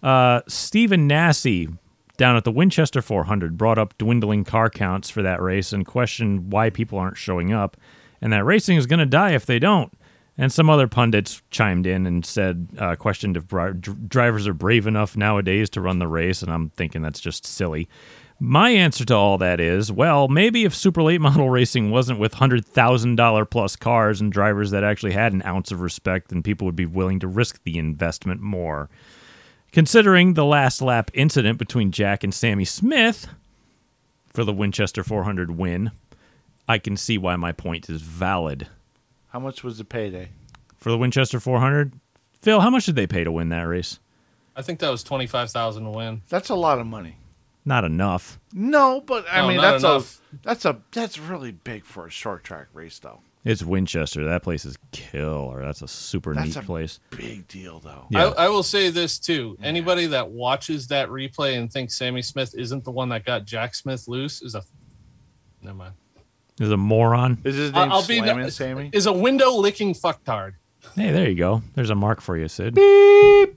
Uh, Stephen Nassie down at the Winchester 400 brought up dwindling car counts for that race and questioned why people aren't showing up, and that racing is going to die if they don't. And some other pundits chimed in and said, uh, questioned if bri- dr- drivers are brave enough nowadays to run the race, and I'm thinking that's just silly. My answer to all that is, well, maybe if super late model racing wasn't with $100,000 plus cars and drivers that actually had an ounce of respect, then people would be willing to risk the investment more. Considering the last lap incident between Jack and Sammy Smith for the Winchester 400 win, I can see why my point is valid.
how much was the payday
For the Winchester 400, Phil, how much did they pay to win that race?
I think that was twenty five thousand to win.
that's a lot of money
Not enough.
no but i
No,
mean
not
that's
enough.
a that's a that's really big for a short track race though
It's Winchester. That place is killer. That's a super neat
That's a-
place.
big deal though
Yeah.
I, I will say this too: anybody that watches that replay and thinks Sammy Smith isn't the one that got Jack Smith loose is a never mind.
There's a moron.
is his
I-
name
I'll be
slamming
no-
sammy
Is a window licking fucktard.
Hey, there you go. There's a mark for you, Sid.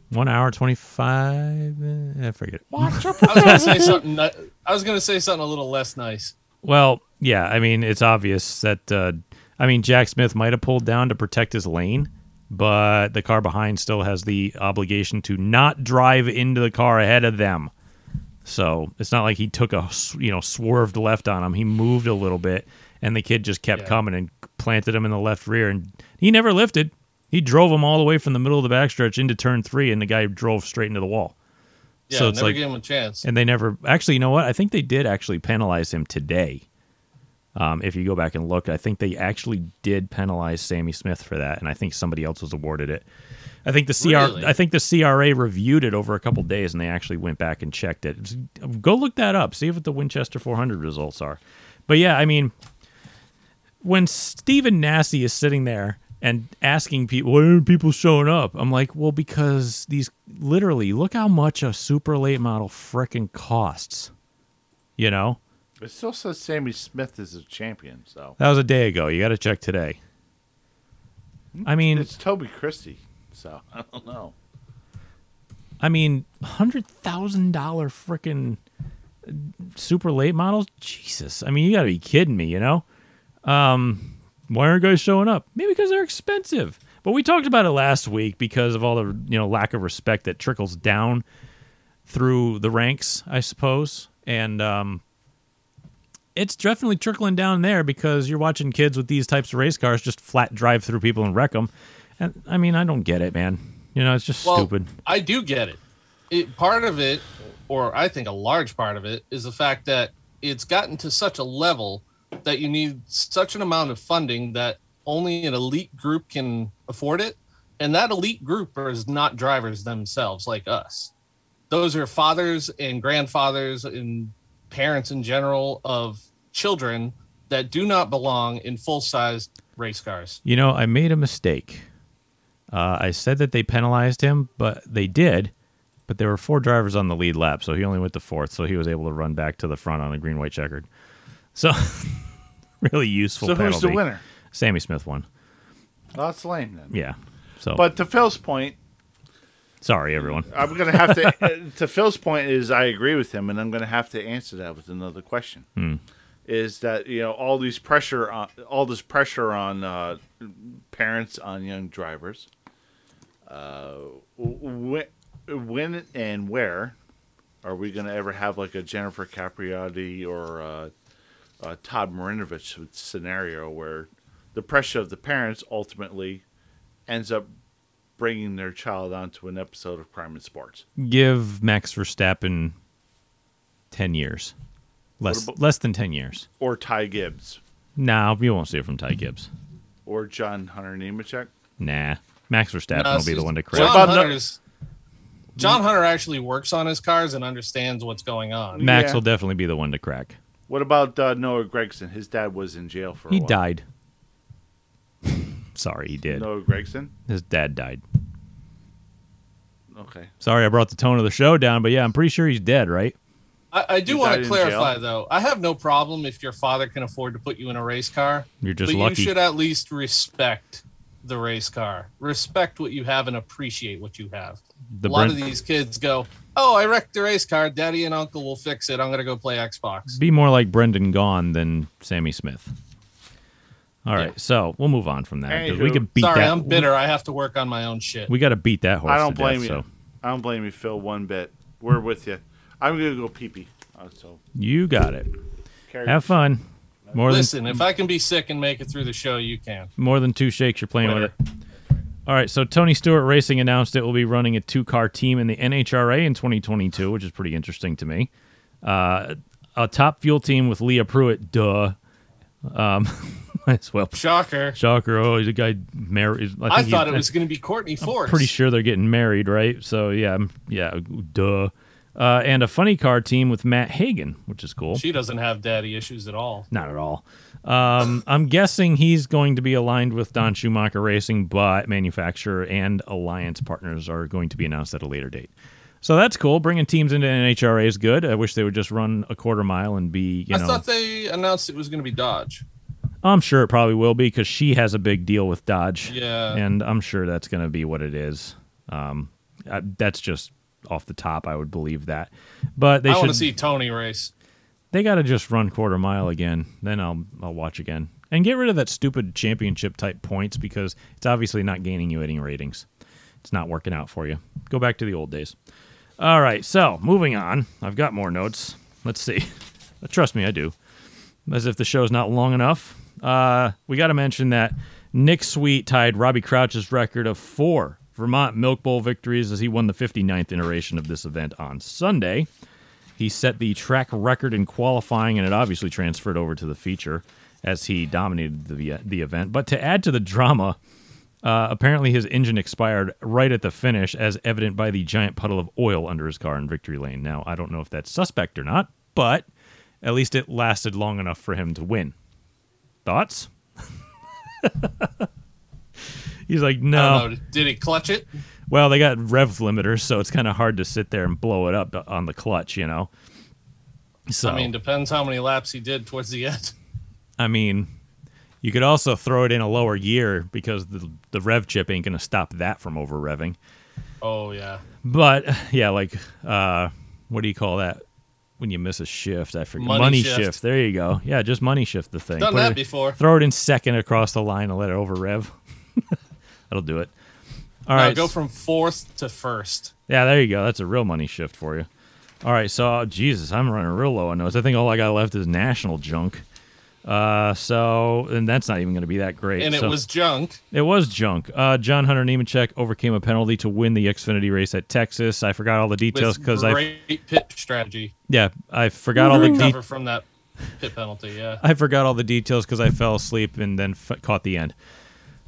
One hour twenty-five. eh, I forget.
I was gonna say something. ni- I was gonna say something a little less nice.
Well, yeah. I mean, it's obvious that. Uh, I mean, Jack Smith might have pulled down to protect his lane, but the car behind still has the obligation to not drive into the car ahead of them. So it's not like he took a s- you know swerved left on him. He moved a little bit, and the kid just kept
Yeah.
coming and planted him in the left rear, and he never lifted. He drove him all the way from the middle of the backstretch into turn three, and the guy drove straight into the wall.
Yeah,
so it's
never
like,
gave him a chance.
and they never actually. You know what? I think they did actually penalize him today. Um, if you go back and look, I think they actually did penalize Sammy Smith for that, and I think somebody else was awarded it. I think the CR,
Really?
I think the CRA reviewed it over a couple days, and they actually went back and checked it. It's- Go look that up. See what the Winchester 400 results are. But yeah, I mean, when Stephen Nassie is sitting there and asking people, why aren't people showing up? I'm like, well, because these literally look how much a super late model frickin' costs. You know,
It still says Sammy Smith is a champion, so
that was a day ago. You got to check today. I mean,
it's Toby Christie. So I don't know.
I mean, hundred thousand dollar frickin' super late models. Jesus, I mean, you got to be kidding me. You know, um, why aren't guys showing up? Maybe because they're expensive. But we talked about it last week because of all the you know lack of respect that trickles down through the ranks, I suppose, and um, it's definitely trickling down there because you're watching kids with these types of race cars just flat drive through people and wreck them. And I mean, I don't get it, man. You know, it's just
Well,
stupid.
I do get it. it. Part of it, or I think a large part of it, is the fact that it's gotten to such a level that you need such an amount of funding that only an elite group can afford it. And that elite group is not drivers themselves like us. Those are fathers and grandfathers and parents in general of children that do not belong in full sized race cars.
You know, I made a mistake. Uh, I said that they penalized him, but they did. But there were four drivers on the lead lap, so he only went to fourth, so he was able to run back to the front on a green white checkered. So, really useful.
So who's
penalty.
the winner?
Sammy Smith won.
Well, that's lame then.
Yeah. So,
But to Phil's point,
sorry everyone.
I'm gonna have to. uh, to Phil's point is, I agree with him, and I'm gonna have to answer that with another question. Is that you know all these pressure on all this pressure on uh, parents on young drivers? Uh, when, when and where are we gonna ever have like a Jennifer Capriati or uh, uh, Todd Marinovich scenario where the pressure of the parents ultimately ends up bringing their child onto an episode of Crime and Sports.
Give Max Verstappen ten years, less
What about-
less than ten years.
Or Ty Gibbs.
No, you won't see it from Ty Gibbs.
Or John Hunter Nemechek.
Nah, Max Verstappen will be
No, it's
the
just-
one to
What
crash.
about
John
no-
Hunter's. John Hunter actually works on his cars and understands what's going on.
Max
Yeah.
will definitely be the one to crack.
What about uh, Noah Gregson? His dad was in jail for a
He
while.
died. Sorry, he did.
Noah Gregson?
His dad died.
Okay.
Sorry, I brought the tone of the show down, but yeah, I'm pretty sure he's dead, right?
I, I do
You died
want
in
to clarify
jail?
though. I have no problem if your father can afford to put you in a race car,
You're just
but
lucky.
you should at least respect the race car. Respect what you have and appreciate what you have.
The
a lot
Brent-
of these kids go, "Oh, I wrecked the race car. Daddy and uncle will fix it. I'm going to go play Xbox."
Be more like Brendan Gaughan than Sammy Smith. All right,
Yeah.
so we'll move on from that. 'cause We
Anywho.
can beat
Sorry,
that.
I'm bitter. I have to work on my own shit.
We got to beat that horse.
I don't
to
blame
death,
you.
So
I don't blame you, Phil, one bit. We're with you. I'm going to go pee pee. Uh, so,
you got it.
carry
Have fun. More
Listen, if I can be sick and make it through the show, you can.
than more than two shakes. You're playing with it. All right, so Tony Stewart Racing announced it will be running a two-car team in the NHRA in 2022, which is pretty interesting to me. Uh, a top fuel team with Leah Pruitt. Duh. Um, might as well
Shocker.
Shocker. Oh, he's a guy married. I, think
I
he-
thought it was going to be Courtney Force.
Pretty sure they're getting married, right? So yeah, I'm- yeah, duh. Uh, and a funny car team with Matt Hagen, which is cool.
she doesn't have daddy issues at all.
Not at all. Um, I'm guessing he's going to be aligned with Don Schumacher Racing, but manufacturer and alliance partners are going to be announced at a later date. So that's cool. Bringing teams into NHRA is good. I wish they would just run a quarter mile and be, you
I
know.
thought they announced it was going to be Dodge.
I'm sure it probably will be because she has a big deal with Dodge.
Yeah.
And I'm sure that's going to be what it is. Um, I, that's just off the top. I would believe that. But they
I want
should.
to see Tony race.
They got to just run quarter mile again. Then I'll I'll watch again And get rid of that stupid championship type points because it's obviously not gaining you any ratings. It's not working out for you. Go back to the old days. All right, so moving on. I've got more notes. Let's see. Trust me, I do. As if the show's not long enough, uh, we got to mention that Nick Sweet tied Robbie Crouch's record of four Vermont Milk Bowl victories as he won the 59th iteration of this event on Sunday. He set the track record in qualifying, and it obviously transferred over to the feature as he dominated the, the event. But to add to the drama, uh, apparently his engine expired right at the finish, as evident by the giant puddle of oil under his car in victory lane. Now, I don't know if that's suspect or not, but at least it lasted long enough for him to win. Thoughts? He's like, no.
I don't know. Did he clutch it?
Well, they got rev limiters, so it's kind of hard to sit there and blow it up on the clutch, you know. So
I mean, depends how many laps he did towards the end.
you could also throw it in a lower gear because the the rev chip ain't gonna stop that from over revving.
Oh yeah.
But yeah, like uh, what do you call that when you miss a shift? I forget.
Money
money
shift.
There you go. Yeah, just money shift the thing.
Done
Put
that
it-
before.
Throw it in second across the line and let it over rev. That'll do it. All
Now
right.
go from fourth to first.
Yeah, there you go. That's a real money shift for you. All right, so oh, Jesus, I'm running real low on those. I think all I got left is national junk. Uh, so and that's not even going to be that great.
And it
So-
was junk.
it was junk. Uh, John Hunter Nemechek overcame a penalty to win the Xfinity race at Texas. I forgot all the details
With
because I
great pit strategy.
yeah I forgot all the
Great
de-
cover from that pit penalty. Yeah.
I forgot all the details because I fell asleep and then f- caught the end.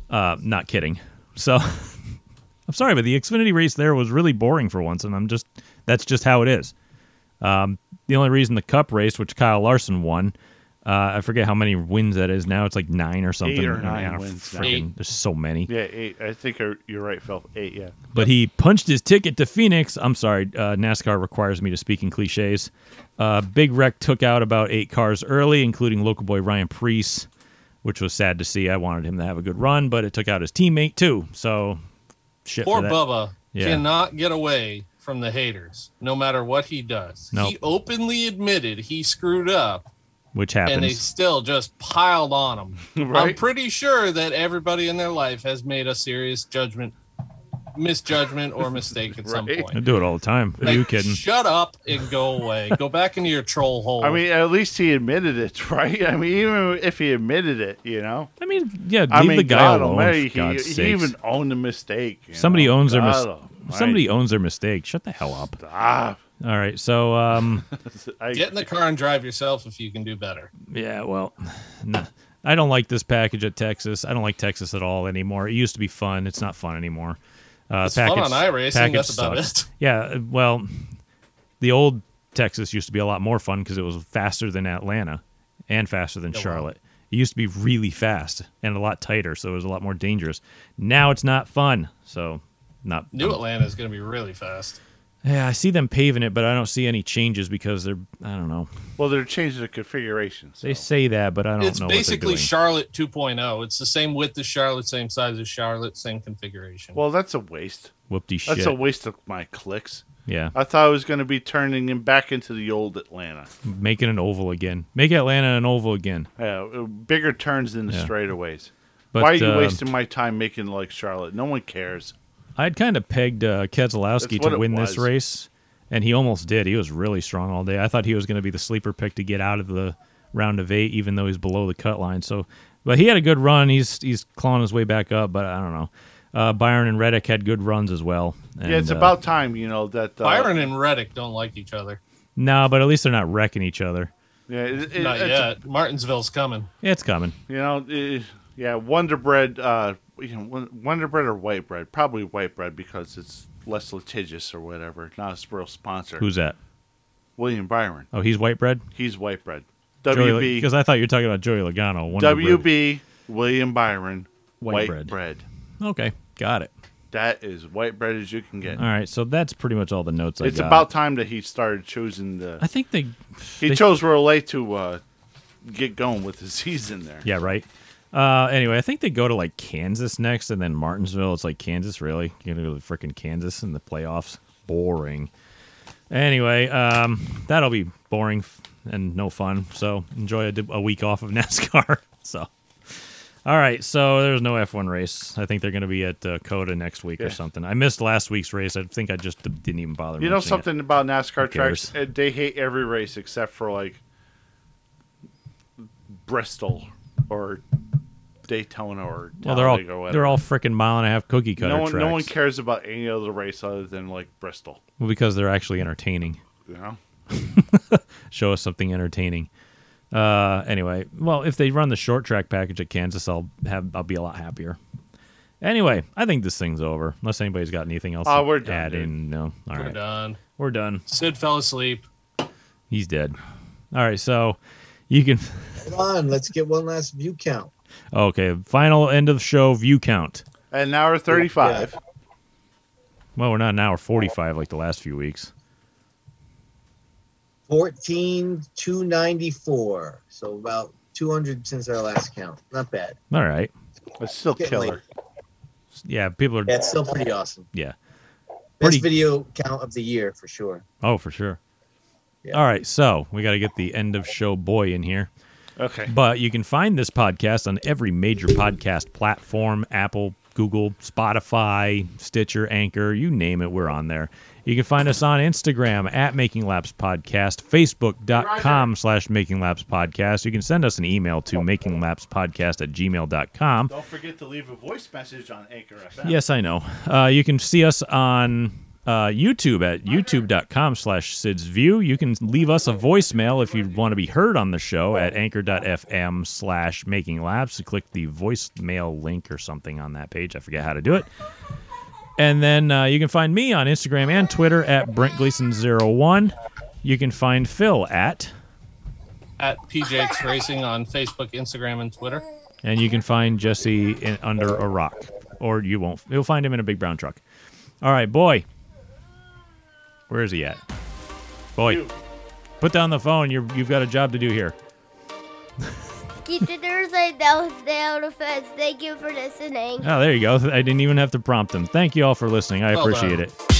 Uh, not kidding. So I'm sorry, but the Xfinity race there was really boring for once, and I'm just that's just how it is. Um, the only reason the Cup race, which Kyle Larson won, uh, I forget how many wins that is now. It's like nine or something.
Eight or
I
nine
don't know,
wins now.
freaking-
Eight.
There's so many.
Yeah, eight. I think you're, you're right, Phil. Eight. Yeah.
But he punched his ticket to Phoenix. I'm sorry, uh, NASCAR requires me to speak in cliches. Uh, Big Wreck took out about eight cars early, including local boy Ryan Priest, which was sad to see. I wanted him to have a good run, but it took out his teammate too. So shit.
Poor
for that.
Bubba
Yeah.
cannot get away from the haters, no matter what he does.
Nope.
He openly admitted he screwed up,
which
and they
happens.
still just piled on him. I'm
Right.
pretty sure that everybody in their life has made a serious judgment, misjudgment, or mistake at some
Right.
I
point.
do it all the time. Are you
Like,
kidding?
Shut up and go away. go back into your troll hole.
I mean, at least he admitted it, right? I mean, even if he admitted it, you know.
I mean, yeah, leave
I mean,
the guy
God
alone.
Almighty,
for God's
he, he
sakes.
even owned a mistake. you
somebody
know?
owns their
God
mis-
Almighty.
somebody owns their mistake. Shut the hell up.
Ah,
All right, so um.
I,
Get in the car and drive yourself if you can do better.
Yeah, well, nah. I don't like this package at Texas. I don't like Texas at all anymore. It used to be fun. It's not fun anymore. Uh,
It's fun on iRacing,
package
that's about it.
Yeah, uh, well, the old Texas used to be a lot more fun because it was faster than Atlanta and faster than
well.
Charlotte. It used to be really fast and a lot tighter, so it was a lot more dangerous. Now it's not fun, so not
New Atlanta is going to be really fast.
yeah. I see them paving it, but I don't see any changes because they're I don't know.
well, they're changing the configuration. So.
They say that, but I don't
It's
know.
basically
what they're doing.
Charlotte 2.0. It's the same width as Charlotte, same size as Charlotte, same configuration.
Well, that's a waste.
Whoopty shit.
That's a waste of my clicks.
yeah.
I thought I was going to be turning him back into the old Atlanta.
making an oval again. Make Atlanta an oval again.
Yeah, uh, bigger turns than the
Yeah.
straightaways.
But,
Why are you
uh,
wasting my time making like Charlotte? No one cares.
I'd kind of pegged uh,
That's
Keselowski
what
to
it
win this
was.
race, and he almost did. He was really strong all day. I thought he was going to be the sleeper pick to get out of the round of eight, even though he's below the cut line. So, but he had a good run. He's he's clawing his way back up, but I don't know. Uh, Byron and Reddick had good runs as well.
yeah, it's
and, uh,
about time, you know, that. Uh,
Byron and Reddick don't like each other.
no, but at least they're not wrecking each other.
Yeah, it, it,
Not
it's-
yet. Martinsville's coming.
It's coming.
You know, eh, yeah, Wonder Bread, uh, you know, Won- Wonder Bread or white bread? Probably white bread because it's less litigious or whatever. Not a real sponsor.
Who's that?
William Byron?
Oh, he's white bread.
He's white bread.
Joey-
WB,
Because I thought you were talking about Joey Logano. Wonder Bread.
WB, William Byron,
White
white,
bread.
bread.
Okay, got it.
That is white bread as you can get.
All right, so that's pretty much all the notes I got.
It's about time that he started choosing
I
the.
think they.
He
they-
chose Relay to uh, get going with his season there.
Yeah, right. Uh, anyway, I think they go to like Kansas next, and then Martinsville. It's like Kansas, really? You're gonna go to freaking Kansas in the playoffs? Boring. Anyway, um, that'll be boring f- and no fun. So enjoy a, d- a week off of NASCAR. So All right, so there's no F1 race. I think they're going to be at uh, Coda next week
Yeah.
or something. I missed last week's race. I think I just didn't even bother.
You know
mentioning it.
something about NASCAR
cares?
tracks? Uh, They hate every race except for like Bristol or Daytona or
Well, they're all
Talladega or whatever.
they're all freaking mile and a half cookie cutter
no one
tracks.
no one cares about any other race other than like Bristol.
Well, because they're actually entertaining.
You know,
Show us something entertaining. Uh, anyway, well, if they run the short track package at Kansas, I'll have I'll be a lot happier. Anyway, I think this thing's over. Unless anybody's got anything else.
Oh,
to
we're done,
add
dude.
in. No, all
We're
right.
done.
we're done.
Sid fell asleep.
He's dead. All right, so you can.
Come on, let's get one last view count.
Okay, final end of show view count.
at an hour thirty five.
Well, we're not an hour forty-five like the last few weeks.
14 294 so about 200 since our last count not bad
All right,
It's still
Getting
killer.
late.
yeah, people are.
that's still pretty awesome
Yeah.
best
Pretty-
video count of the year for sure
Oh, for sure.
Yeah.
All right, so we got to get the end of show boy in here.
Okay.
But you can find this podcast on every major podcast platform Apple, Google, Spotify, Stitcher, Anchor, you name it, we're on there. You can find us on Instagram at Making Laps Podcast, Facebook.com slash Making Laps Podcast. You can send us an email to makinglapspodcast at gmail.com.
Don't forget to leave a voice message on Anchor FM.
Yes, I know. Uh, you can see us on uh, YouTube at youtube.com slash Sid's View. You can leave us a voicemail if you want to be heard on the show at anchor.fm slash making labs. Click the voicemail link or something on that page. I forget how to do it. And then uh, you can find me on Instagram and Twitter at Brent Gleason01. You can find Phil at,
At PJX Racing on Facebook, Instagram, and Twitter.
and you can find Jesse in, under a rock. Or you won't. You'll find him in a big brown truck. All right, boy. Where is he at? Boy, put down the phone. You're, you've got a job to do here.
Keep the Thursday down, stay out of fence. Thank you for listening.
Oh, there you go. I didn't even have to prompt him. Thank you all for listening. I
Well
appreciate
done.
it.